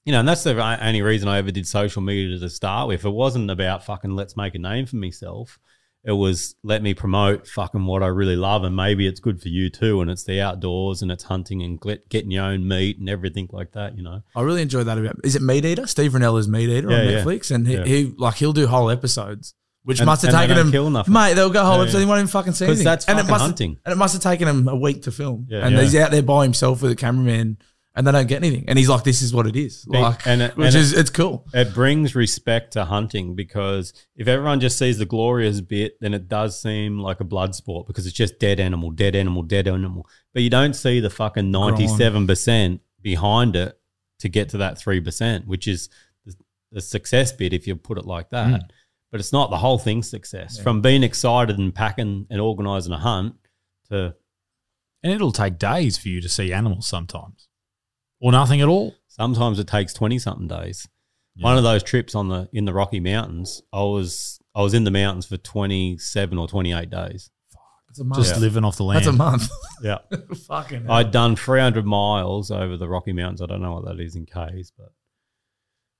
You know, and that's the o- only reason I ever did social media to start with. It wasn't about fucking let's make a name for myself it was let me promote fucking what I really love, and maybe it's good for you too. And it's the outdoors, and it's hunting and gl- getting your own meat and everything like that. You know,
I really enjoy that about. Is it Meat Eater? Steve Renella's Meat Eater on
Yeah, yeah.
Netflix, and he,
Yeah.
he like he'll do whole episodes, which
And-
must have
and they
taken
don't
him.
kill nothing.
Mate, they'll go whole
Yeah,
episodes.
yeah.
He won't even fucking see
'Cause
anything.
that's
and it
fucking
must
hunting.
and it must have taken him a week to film.
Yeah.
and
Yeah.
he's out there by himself with a cameraman, and they don't get anything. And he's like, "This is what it is." Like,
and it-
which
and it-
is it's cool.
it brings respect to hunting because if everyone just sees the glorious bit, then it does seem like a blood sport because it's just dead animal, dead animal, dead animal. But you don't see the fucking ninety-seven percent behind it to get to that three percent, which is the, the success bit if you put it like that. But it's not the whole thing's success. From being excited and packing and organising a hunt to
And it'll take days for you to see animals sometimes, or nothing at all.
sometimes it takes 20 something days one of those trips on the in the rocky mountains i was i was in the mountains for 27 or 28 days
It's a month.
Just living off the land.
That's a month.
yeah
fucking. hell.
i'd done 300 miles over the rocky mountains i don't know what that is in k's but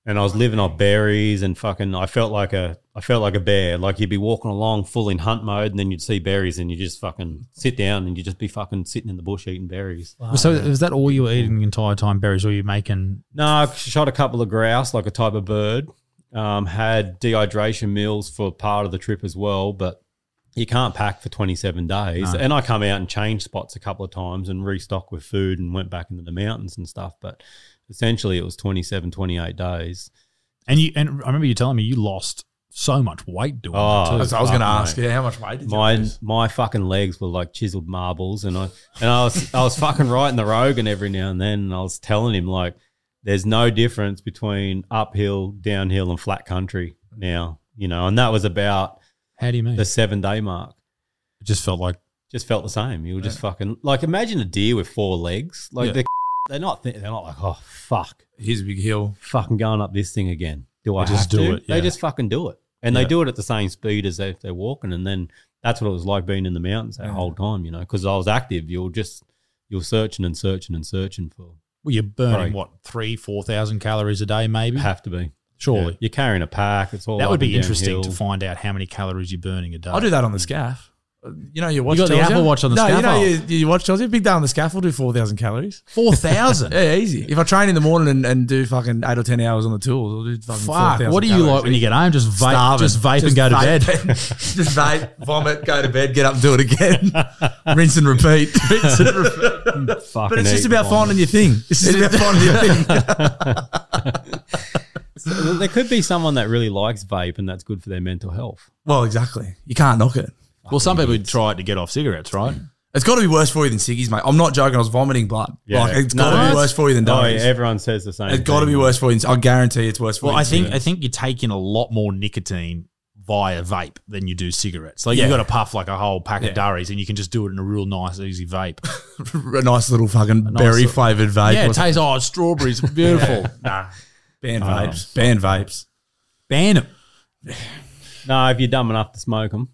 and i was living off berries and fucking i felt like a i felt like a bear like you'd be walking along full in hunt mode and then you'd see berries and you just fucking sit down and you'd just be fucking sitting in the bush eating berries
so is that all you were eating the entire time? Berries, or you making?
No, I shot a couple of grouse, like a type of bird. Um, had dehydration meals for part of the trip as well, but you can't pack for 27 days. And I come out and change spots a couple of times and restock with food and went back into the mountains and stuff. But essentially, it was 27, 28 days
And you and I remember you telling me you lost so much weight doing that
Oh,
too.
That's what I was going to
Fuck,
ask.
mate.
Yeah, how much weight did you
My
lose?
my fucking legs were like chiseled marbles, and I and I was I was fucking writing the Rogan every now and then, and I was telling him like, there's no difference between uphill, downhill, and flat country now, you know, and that was about
How do you mean?
the seven day mark.
it just felt like
Just felt the same. You were just fucking like imagine a deer with four legs, like
Yeah.
they're they're not thi- they're not like oh fuck,
Here's a big hill.
fucking going up this thing again. Do I
They just
have
do
to?
it, yeah.
They just fucking do it, and
Yeah.
they do it at the same speed as if they're walking. And then that's what it was like being in the mountains that whole time, you know, because I was active. You're just you're searching and searching and searching for
well, you're burning
Right.
what three, four thousand calories a day, maybe.
have to be
Surely
Yeah. you're carrying a pack. It's all
that would
up and
be interesting
downhill.
to find out how many calories you're burning a day.
I'll do that on the scaff. You know your watch.
got the
tells
Apple Watch on the
no, You know
scaffold.
your, your watch tells you. Big day on the scaff will do four thousand calories.
four thousand.
Yeah, easy. If I train in the morning and, and do fucking eight or ten hours on the tools, I'll do fucking
Fuck!
4,000
What do you
calories.
like when you get home? Just vape,
Starving.
just vape and go to
vape.
bed.
just vape, vomit, go to bed, get up, and do it again, rinse and repeat.
Fucking
But it's just
eat
about
one.
finding your thing. It's just about finding your thing.
There could be someone that really likes vape and that's good for their mental health.
Well, exactly. You can't knock it.
Well, some people try it to get off cigarettes, right?
It's got to be worse for you than ciggies, mate. I'm not joking. I was vomiting blood.
Yeah.
Like, it's
No,
got to
it's-
be worse for you than
Oh,
donuts.
yeah, everyone says the same.
It's got to
thing.
be worse for you. Than, I guarantee it's worse for
Well,
you.
I think I think you take in a lot more nicotine via vape than you do cigarettes. Like
Yeah.
you got to puff like a whole pack
Yeah.
of durries, and you can just do it in a real nice, easy vape.
a nice little fucking
nice
berry
little-
flavored vape.
yeah, Oh.
or
it tastes oh strawberries, beautiful. Nah,
something. ban vapes. Ban vapes.
ban them.
No, if you're dumb enough to smoke them,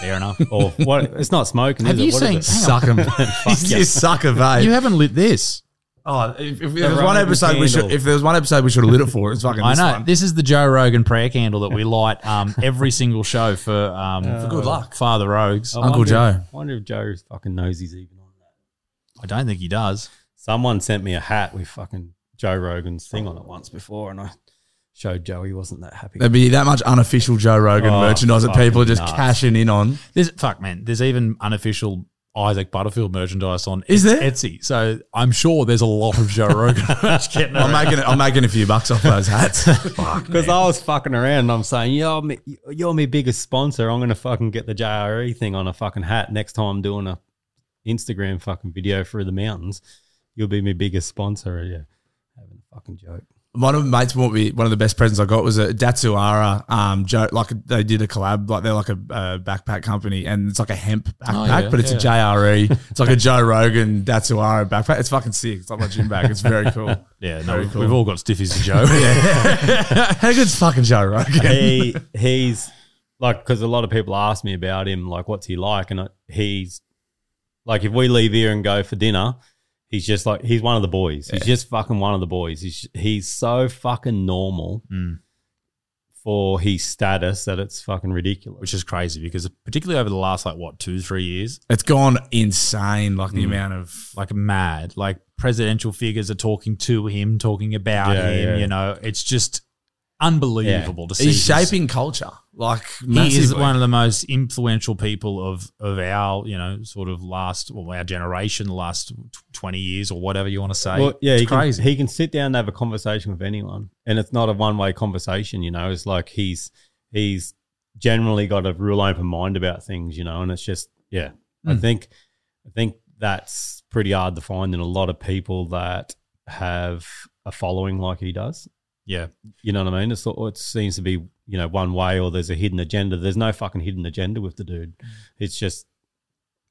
Fair enough.
or what? It's not smoking.
Have
is it?
you
What is
seen-
it?
Hang on.
Suck them.
yeah.
you suck a vape.
you haven't lit this.
oh, if, if, there was one
Roman
episode we should,
candle.
if there was one episode we should have lit it for, it's fucking.
I
this
know.
one.
This is the Joe Rogan prayer candle that we light um, every single show for um, for
good luck.
Father Rogues.
I
Uncle
wonder-
Joe.
I wonder if Joe fucking knows he's even on that.
I don't think he does.
Someone sent me a hat with fucking Joe Rogan's thing on it once before, and I showed Joe he wasn't that happy.
There'd be that much unofficial Joe Rogan
Oh,
merchandise that people are just
fucking nuts.
cashing in on.
There's fuck man. There's even unofficial Isaac Butterfield merchandise on
Is there?
Etsy. So I'm sure there's a lot of Joe Rogan merch getting
I'm
around.
making I'm making a few bucks off those hats. Fuck.
Because I was fucking around and I'm saying, you're me, you're my biggest sponsor. I'm going to fucking get the JRE thing on a fucking hat next time I'm doing a Instagram fucking video through the mountains. You'll be my biggest sponsor. Yeah. Having a fucking joke.
One of my mates bought me one of the best presents I got was a Datsuara um Joe like they did a collab like they're like a uh, backpack company and it's like a hemp backpack
yeah,
but it's
yeah.
a JRE it's like a Joe Rogan Datsuara backpack it's fucking sick it's like my gym bag it's very cool
Yeah, no,
Very
we've,
cool.
we've all got stiffies to Joe.
how good's fucking Joe Rogan
he he's like because a lot of people ask me about him like what's he like and I, he's like if we leave here and go for dinner he's just like he's one of the boys he's just fucking one of the boys he's he's so fucking normal
Mm.
for his status that it's fucking ridiculous
Which is crazy because particularly over the last like what two, three years,
it's gone insane like the amount of
like mad. Like presidential figures are talking to him, talking about
Yeah,
him.
yeah.
You know, it's just unbelievable to see.
he's
this.
shaping culture like
He is
massively.
one of the most influential people of of our, you know, sort of last, well, our generation, the last tw- twenty years or whatever you want to say.
Well, yeah,
it's
he can,
crazy.
He can sit down and have a conversation with anyone, and it's not a one way conversation. You know, it's like he's he's generally got a real open mind about things. You know, and it's just yeah,
Hmm.
I think I think that's pretty hard to find in a lot of people that have a following like he does.
yeah,
You know what I mean? It's sort- it seems to be you know one way, or there's a hidden agenda. There's no fucking hidden agenda with the dude.
Hmm.
It's just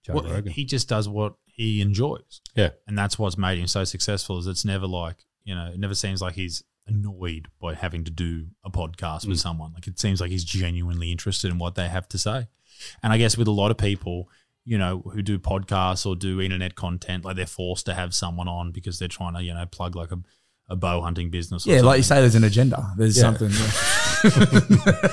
Joe
Well,
Rogan.
he just does what he enjoys.
Yeah.
and that's what's made him so successful. Is it's never like you know, it never seems like he's annoyed by having to do a podcast with someone. Like it seems like he's genuinely interested in what they have to say. And I guess with a lot of people, you know, who do podcasts or do internet content, like they're forced to have someone on because they're trying to you know plug like a, a bow hunting business. Or
yeah like
something.
you say there's an agenda there's something yeah.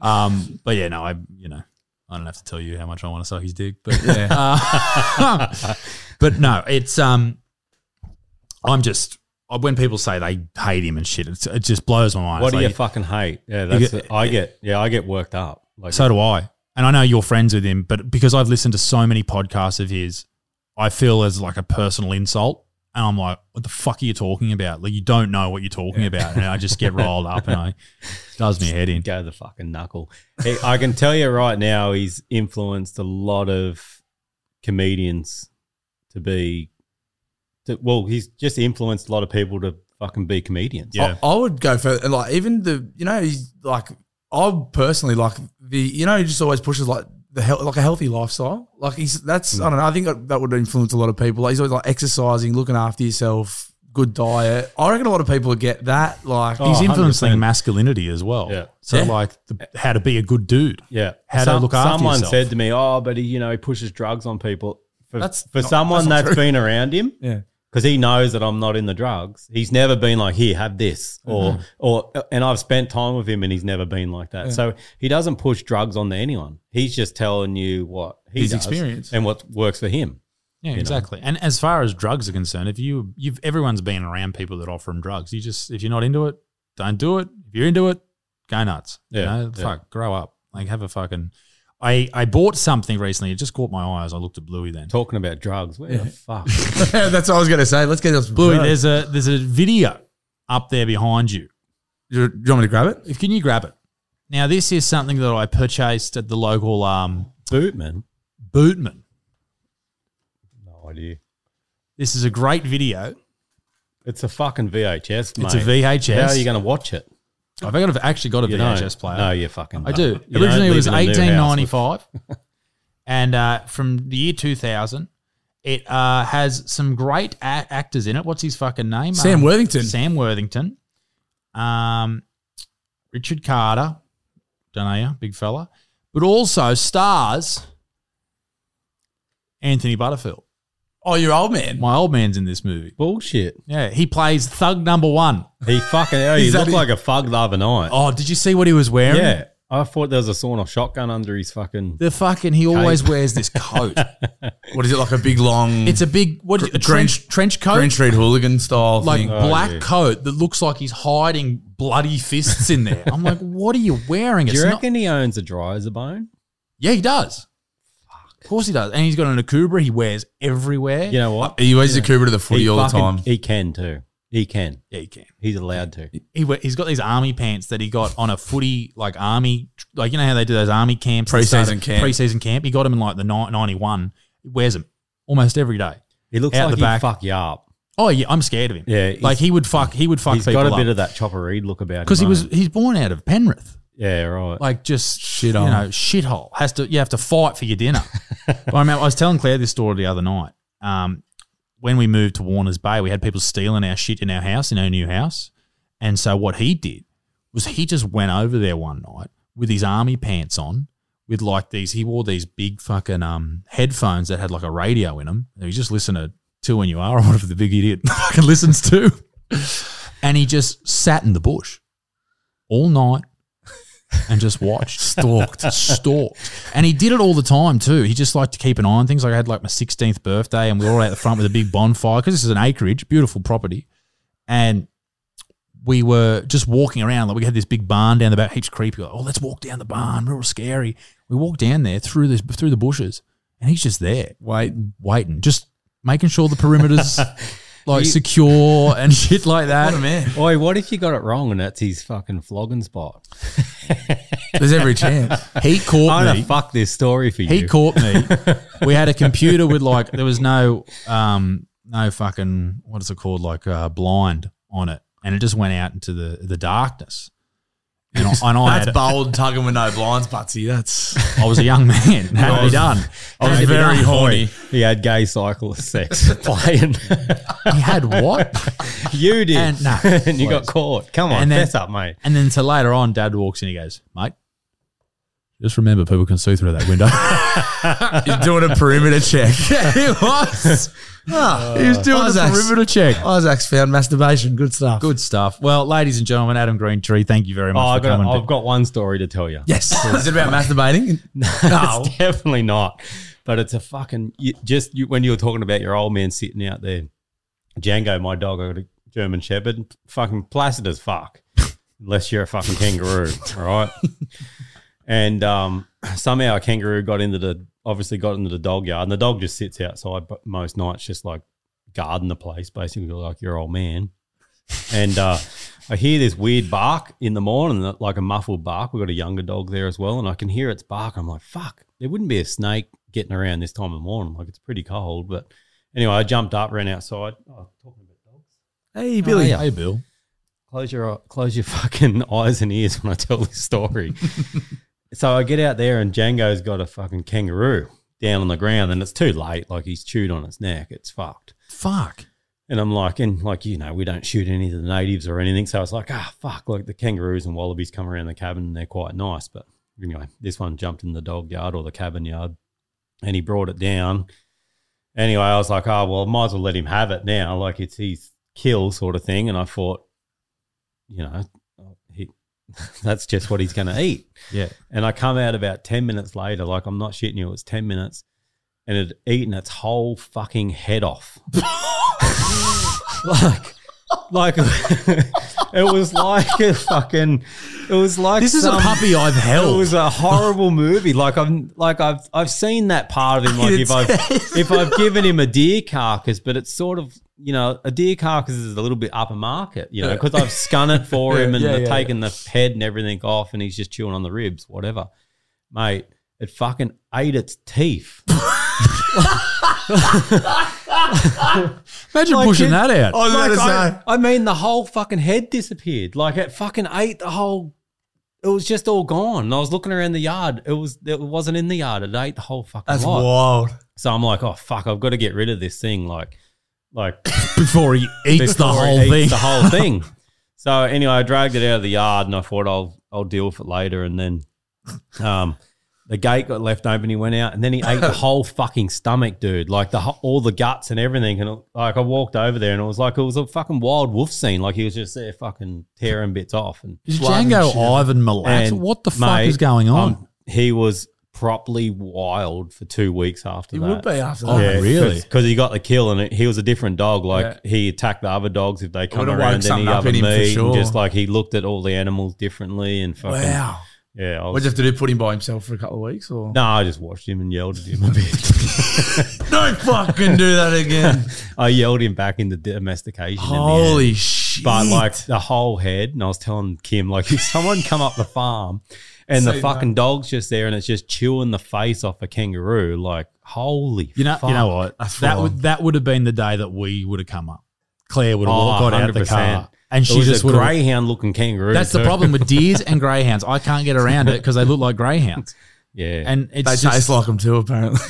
Um, but yeah, no, I you know, I don't have to tell you how much I want to suck his dick, but Uh, but no, it's um, I'm just uh, when people say they hate him and shit, it's, it just blows my mind.
what
It's
do
like-
you fucking hate? Yeah, that's
get-
I get. Yeah, I get worked up. Like
So do I, and I know you're friends with him, but because I've listened to so many podcasts of his, I feel as like a personal insult. And I'm like, what the fuck are you talking about? Like, you don't know what you're talking about. And I just get rolled up and I it does me head in.
Go the fucking knuckle. He, I can tell you right now, he's influenced a lot of comedians to be. To, well, he's just influenced a lot of people to fucking be comedians. Oh,
Yeah.
I, I would go for and, like even the you know he's like I personally like the you know he just always pushes like the hel- like a healthy lifestyle like he's that's I don't know I think that- that would influence a lot of people like he's always like exercising looking after yourself good diet I reckon a lot of people get that like
Oh,
He's
100%.
influencing masculinity as well.
Yeah.
So,
Yeah.
like, the, how to be a good dude.
Yeah.
How to look after
Someone
yourself.
said to me, "Oh, but he, you know, he pushes drugs on people." For,
That's
for
not-
someone
that's not
that's
true.
been around him,
yeah
because he knows that I'm not in the drugs. He's never been like, "Here, have this," or
Mm-hmm.
or and I've spent time with him, and he's never been like that. So he doesn't push drugs onto anyone. He's just telling you what he
His
does
experience.
and what works for him.
Yeah, exactly. And as far as drugs are concerned, if you you've everyone's been around people that offer them drugs. You just if you're not into it, don't do it. If you're into it, go nuts.
Yeah,
You know,
yeah.
fuck, grow up. Like have a fucking. I I bought something recently. It just caught my eye as I looked at Bluey. Then
Talking about drugs, where the fuck?
that's what I was gonna say let's get this
Bluey, there's a there's a video up there behind you.
do you do you want me to grab it
If can you grab it? Now this is something that I purchased at the local um
Bootman,
Bootman.
no idea.
This is a great video.
It's a fucking VHS, mate.
It's a VHS.
How are you going to watch it?
I've got- I've actually got a
You don't.
VHS player.
No, you fucking.
I
don't.
do.
You don't
Originally, it
live
was
in a new house with-
1895, and uh, from the year 2000, it uh, has some great a- actors in it. What's his fucking name?
Sam
Um,
Worthington.
Sam Worthington. Um, Richard Carter. Don't know ya, big fella. But also stars Anthony Butterfield.
oh your old man
My old man's in this movie.
Bullshit.
Yeah, he plays thug number one.
He fucking. hell, He
Is that
looked
it?
like a thug the other night.
Oh, did you see what he was wearing?
yeah. I thought there was a sawn-off shotgun under his fucking.
The fucking, he always wears this coat.
what is it like a big long
It's a big what a trench trench coat,
Green Street hooligan style
like
thing.
black
yeah.
coat that looks like he's hiding bloody fists in there. I'm like, what are you wearing?
Do
It's
you
not-
reckon he owns a dry as a bone?
yeah, he does. Of course he does, and he's got an Akubra he wears everywhere.
You know what?
Uh,
he wears the Cooper to the footy all
fucking-
the time.
He can too. He can.
yeah, he can.
He's allowed to.
He we- he's got these army pants that he got on a footy like army, like you know how they do those army camps, at the start
Preseason
of-
camp.
preseason camp. He got them in like the ni- ninety one. He wears them almost every day.
He looks
Out
like
the
he
back.
fuck you up.
Oh yeah, I'm scared of him.
Yeah, he's-
like he would fuck. He would fuck
He's
people
got a bit
up
of that Chopper Reed look about him.
because he was
mate.
he's born out of Penrith.
Yeah, right.
like just shit you
Shithole.
know shithole has to you have to fight for your dinner. But I remember I was telling Claire this story the other night. Um, when we moved to Warners Bay, we had people stealing our shit in our house in our new house, and so what he did was he just went over there one night with his army pants on, with like these he wore these big fucking um headphones that had like a radio in them. And he just listened to Two When You Are or whatever the big idiot fucking listens to, and he just sat in the bush all night and just watched, stalked, stalked. And he did it all the time too. He just liked to keep an eye on things. Like I had like my 16th birthday and we were all out the front with a big bonfire because this is an acreage, beautiful property. And we were just walking around. Like we had this big barn down the back, heaps creepy. Like, oh, let's walk down the barn, real scary. We walked down there through this through the bushes and he's just there
Wait,
waiting, just making sure the perimeter's like secure and shit like that.
Oi, what if you got it wrong and that's his fucking flogging spot?
there's every chance.
He caught
I'm
me.
gonna fuck this story for you.
He caught me. we had a computer with like there was no um no fucking what is it called like uh, blind on it, and it just went out into the the darkness. And I, and I,
That's
had,
bold tugging with no blinds, Butsy. That's
I was a young man. It Had to be done.
I
Had
was
to be
very
done.
horny.
he had gay cyclist sex playing.
He had what?
you did,
And-
and,
nah.
you got caught. Come on,
And then-
fess up, mate.
And then so later on, Dad walks in. He goes, "Mate, just remember, people can see through that window."
You're doing a perimeter check. Oh. he was. he was doing
perimeter check.
Isaac's found masturbation. Good stuff.
"Oh, Good stuff. Well, ladies and gentlemen, Adam Greentree, thank you very
Oh,
much
I
for coming.
got, I've got one story to tell you.
Yes. Is it about masturbating?
No, it's definitely not. But it's a fucking you, just you, when you were talking about your old man sitting out there, Django, my dog, I got a German Shepherd, fucking placid as fuck, unless you're a fucking kangaroo, all right? And um, somehow a kangaroo got into the obviously got into the dog yard, and the dog just sits outside but most nights, just like garden the place, basically like your old man. And uh, I hear this weird bark in the morning, like a muffled bark. We've got a younger dog there as well, and I can hear its bark. I'm like, fuck, there wouldn't be a snake getting around this time of the morning. Like, it's pretty cold. But anyway, I jumped up, ran outside. Oh, talking about dogs.
Hey, Billy.
yeah.
Hey, Bill.
Close your close your fucking eyes and ears when I tell this story. so I get out there and Django's got a fucking kangaroo down on the ground and it's too late. Like he's chewed on its neck. It's fucked.
Fuck.
And I'm like, and like, you know, we don't shoot any of the natives or anything. So I was like, ah, fuck. Like the kangaroos and wallabies come around the cabin and they're quite nice. But anyway, this one jumped in the dog yard or the cabin yard and he brought it down. Anyway, I was like, oh, well, might as well let him have it now. Like it's his kill sort of thing. And I thought, you know, oh, he, that's just what he's going to eat.
Yeah.
And I come out about 10 minutes later, like I'm not shitting you, it was 10 minutes, and it had eaten its whole fucking head off. like, like, it was like a fucking, it was like
This is a
some-
puppy I've
It
held.
was a horrible movie. Like I've, like I've, I've seen that part of him. Like if I've, if I've given him a deer carcass, but it's sort of, you know, a deer carcass is a little bit upper market, you know, because I've scun it for him and
Yeah, yeah,
taken the head and everything off, and he's just chewing on the ribs, whatever mate, it fucking ate its teeth.
Imagine
Like
pushing
it-
that out.
was
Like, I, I mean, the whole fucking head disappeared. Like it fucking ate the whole. It was just all gone. And I was looking around the yard. It was it wasn't in the yard. It ate the whole fucking
That's
lot.
wild.
So I'm like, oh fuck, I've got to get rid of this thing. Like, like
before he eats the
before it
whole
eats
thing.
The whole thing. So anyway, I dragged it out of the yard, and I thought I'll I'll deal with it later. And then, um, the gate got left open. He went out, and then he ate the whole fucking stomach, dude. Like the ho- all the guts and everything. And it, like I walked over there, and it was like it was a fucking wild wolf scene. Like he was just there, fucking tearing bits off. And
Is
Blood and shit.
Django Ivan Milat?
And,
What the fuck
mate,
is going on?
um, he was properly wild for two weeks after
It
that.
would be after
Oh,
that.
yeah. really?
Because he got the kill, and it, he was a different dog. Like he attacked the other dogs if they come
would've
around
woke
any
something up
other
in him for
meat. and
sure.
Just like he looked at all the animals differently, and fucking
Wow.
yeah. I
What'd
was,
you have to do? Put him by himself for a couple of weeks, or
no, I just watched him and yelled at him a bit.
don't fucking do that again.
I yelled him back into domestication. in the end.
Holy shit!
But like the whole head, and I was telling Kim, like if someone come up the farm and the
Seen
fucking dog's just there and it's just chewing the face off a kangaroo, like holy,
You know,
fuck.
you know what?
That's
that
wrong.
would that would have been the day that we would have come up. Claire would have
Oh,
got out the
100%.
car, and
It
she
was
just
a
would. have
greyhound looking kangaroo.
That's the
too.
problem with deers and greyhounds. I can't get around it because they look like greyhounds,
Yeah,
and it's
they
just,
taste like him too, apparently.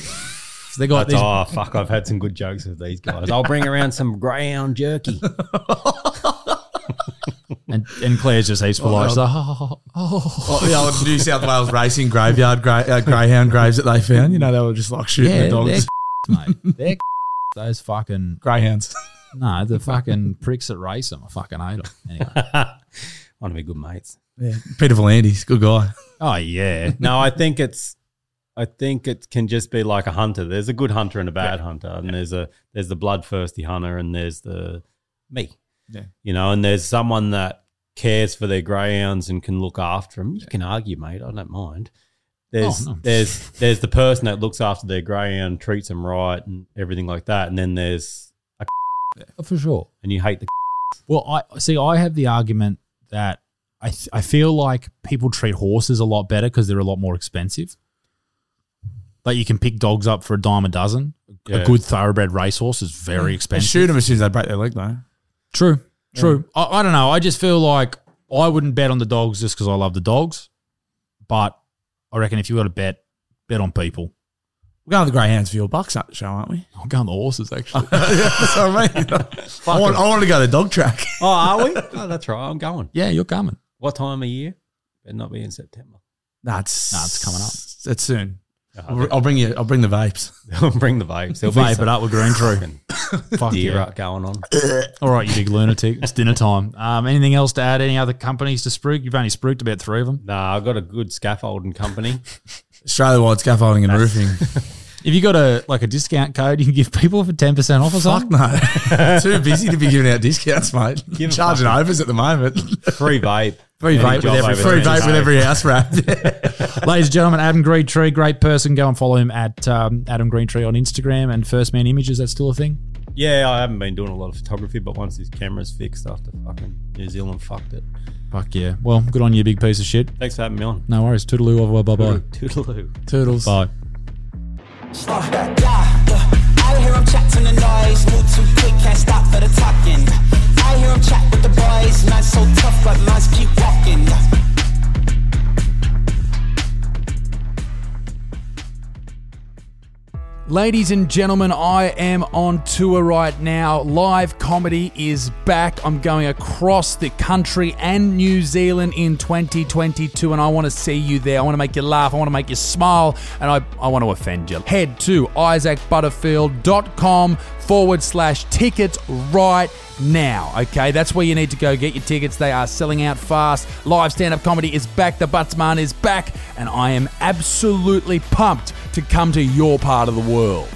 they got
That's- oh
these.
fuck! I've had some good jokes with these guys. I'll bring around some greyhound jerky.
And, and Claire's just heaps full.
Oh,
eyes. She's
no.
like, oh, oh, oh.
Like the old New South Wales racing graveyard gra- uh, greyhound graves that they found. You know, they were just like shooting
yeah,
the
they're
dogs.
mate. They're oh." those fucking
Greyhounds.
no, the fucking pricks that race them. I fucking hate them. Anyway.
Want to be good mates?
Yeah. Peter Volandis, good guy.
Oh yeah,
No, I think it's. I think it can just be like a hunter. There's a good hunter and a bad hunter, and there's a there's the bloodthirsty hunter, and there's the me.
Yeah.
You know, and there's someone that cares for their greyhounds and can look after them. You can argue, mate. I don't mind. There's
no.
there's there's the person that looks after their greyhound, treats them right, and everything like that. And then there's
for sure.
and you hate the
Well, I see. I have the argument that I th- I feel like people treat horses a lot better because they're a lot more expensive. Like you can pick dogs up for a dime a dozen.
Yeah.
A good thoroughbred racehorse is very
They
expensive.
shoot them as soon as they break their leg, though.
True, true. I, I don't know. I just feel like I wouldn't bet on the dogs just because I love the dogs, but I reckon if you got to bet, bet on people.
We're going with the greyhounds for your bucks uh, show, aren't we?
I'm going the horses actually.
That's what I mean. I want, I want to go to the dog track.
Oh, are we? oh, that's right. I'm going.
yeah, you're coming.
What time of year? Better not be in September.
Nah, it's,
Nah, it's coming up.
It's soon. I'll, I'll bring you. I'll bring the vapes.
Bring the vapes. There'll
Vape it up with green tree. Fuck
Deer
yeah.
rut going on.
All right, you big lunatic. It's dinner time. Um, anything else to add? Any other companies to spruik? You've only spruiked about three of them.
Nah, I've got a good scaffolding company.
Australia wide scaffolding and roofing.
If you got a like a discount code, you can give people for ten percent off or
Fuck
something.
no. Too busy to be giving out discounts, mate.
Give 'em
Charging overs at the moment.
Free vape.
Free
Any
vape with
job
every
over
free
there.
vape with every house wrap.
Ladies and gentlemen, Adam Greentree, great person. Go and follow him at um, Adam Greentree on Instagram and First Man Images. That's still a thing.
yeah, I haven't been doing a lot of photography, but once this camera's fixed after fucking New Zealand fucked it.
Fuck yeah. Well, good on you, big piece of shit.
Thanks for having me on.
No worries. Toodaloo. Over. Bye bye.
Toodaloo.
Turtles.
Bye.
Uh, yeah, uh, I hear him chat to the noise, move too quick, can't stop for the talking. I hear him chat with the boys, man so tough, but lines keep walking.
Ladies and gentlemen, I am on tour right now. Live comedy is back. I'm going across the country and New Zealand in 2022, and I want to see you there. I want to make you laugh. I want to make you smile, and I, I want to offend you. Head to isaacbutterfield.com forward slash tickets right now. Okay, that's where you need to go get your tickets. They are selling out fast. Live stand up comedy is back. The Buttsman is back. And I am absolutely pumped to come to your part of the world.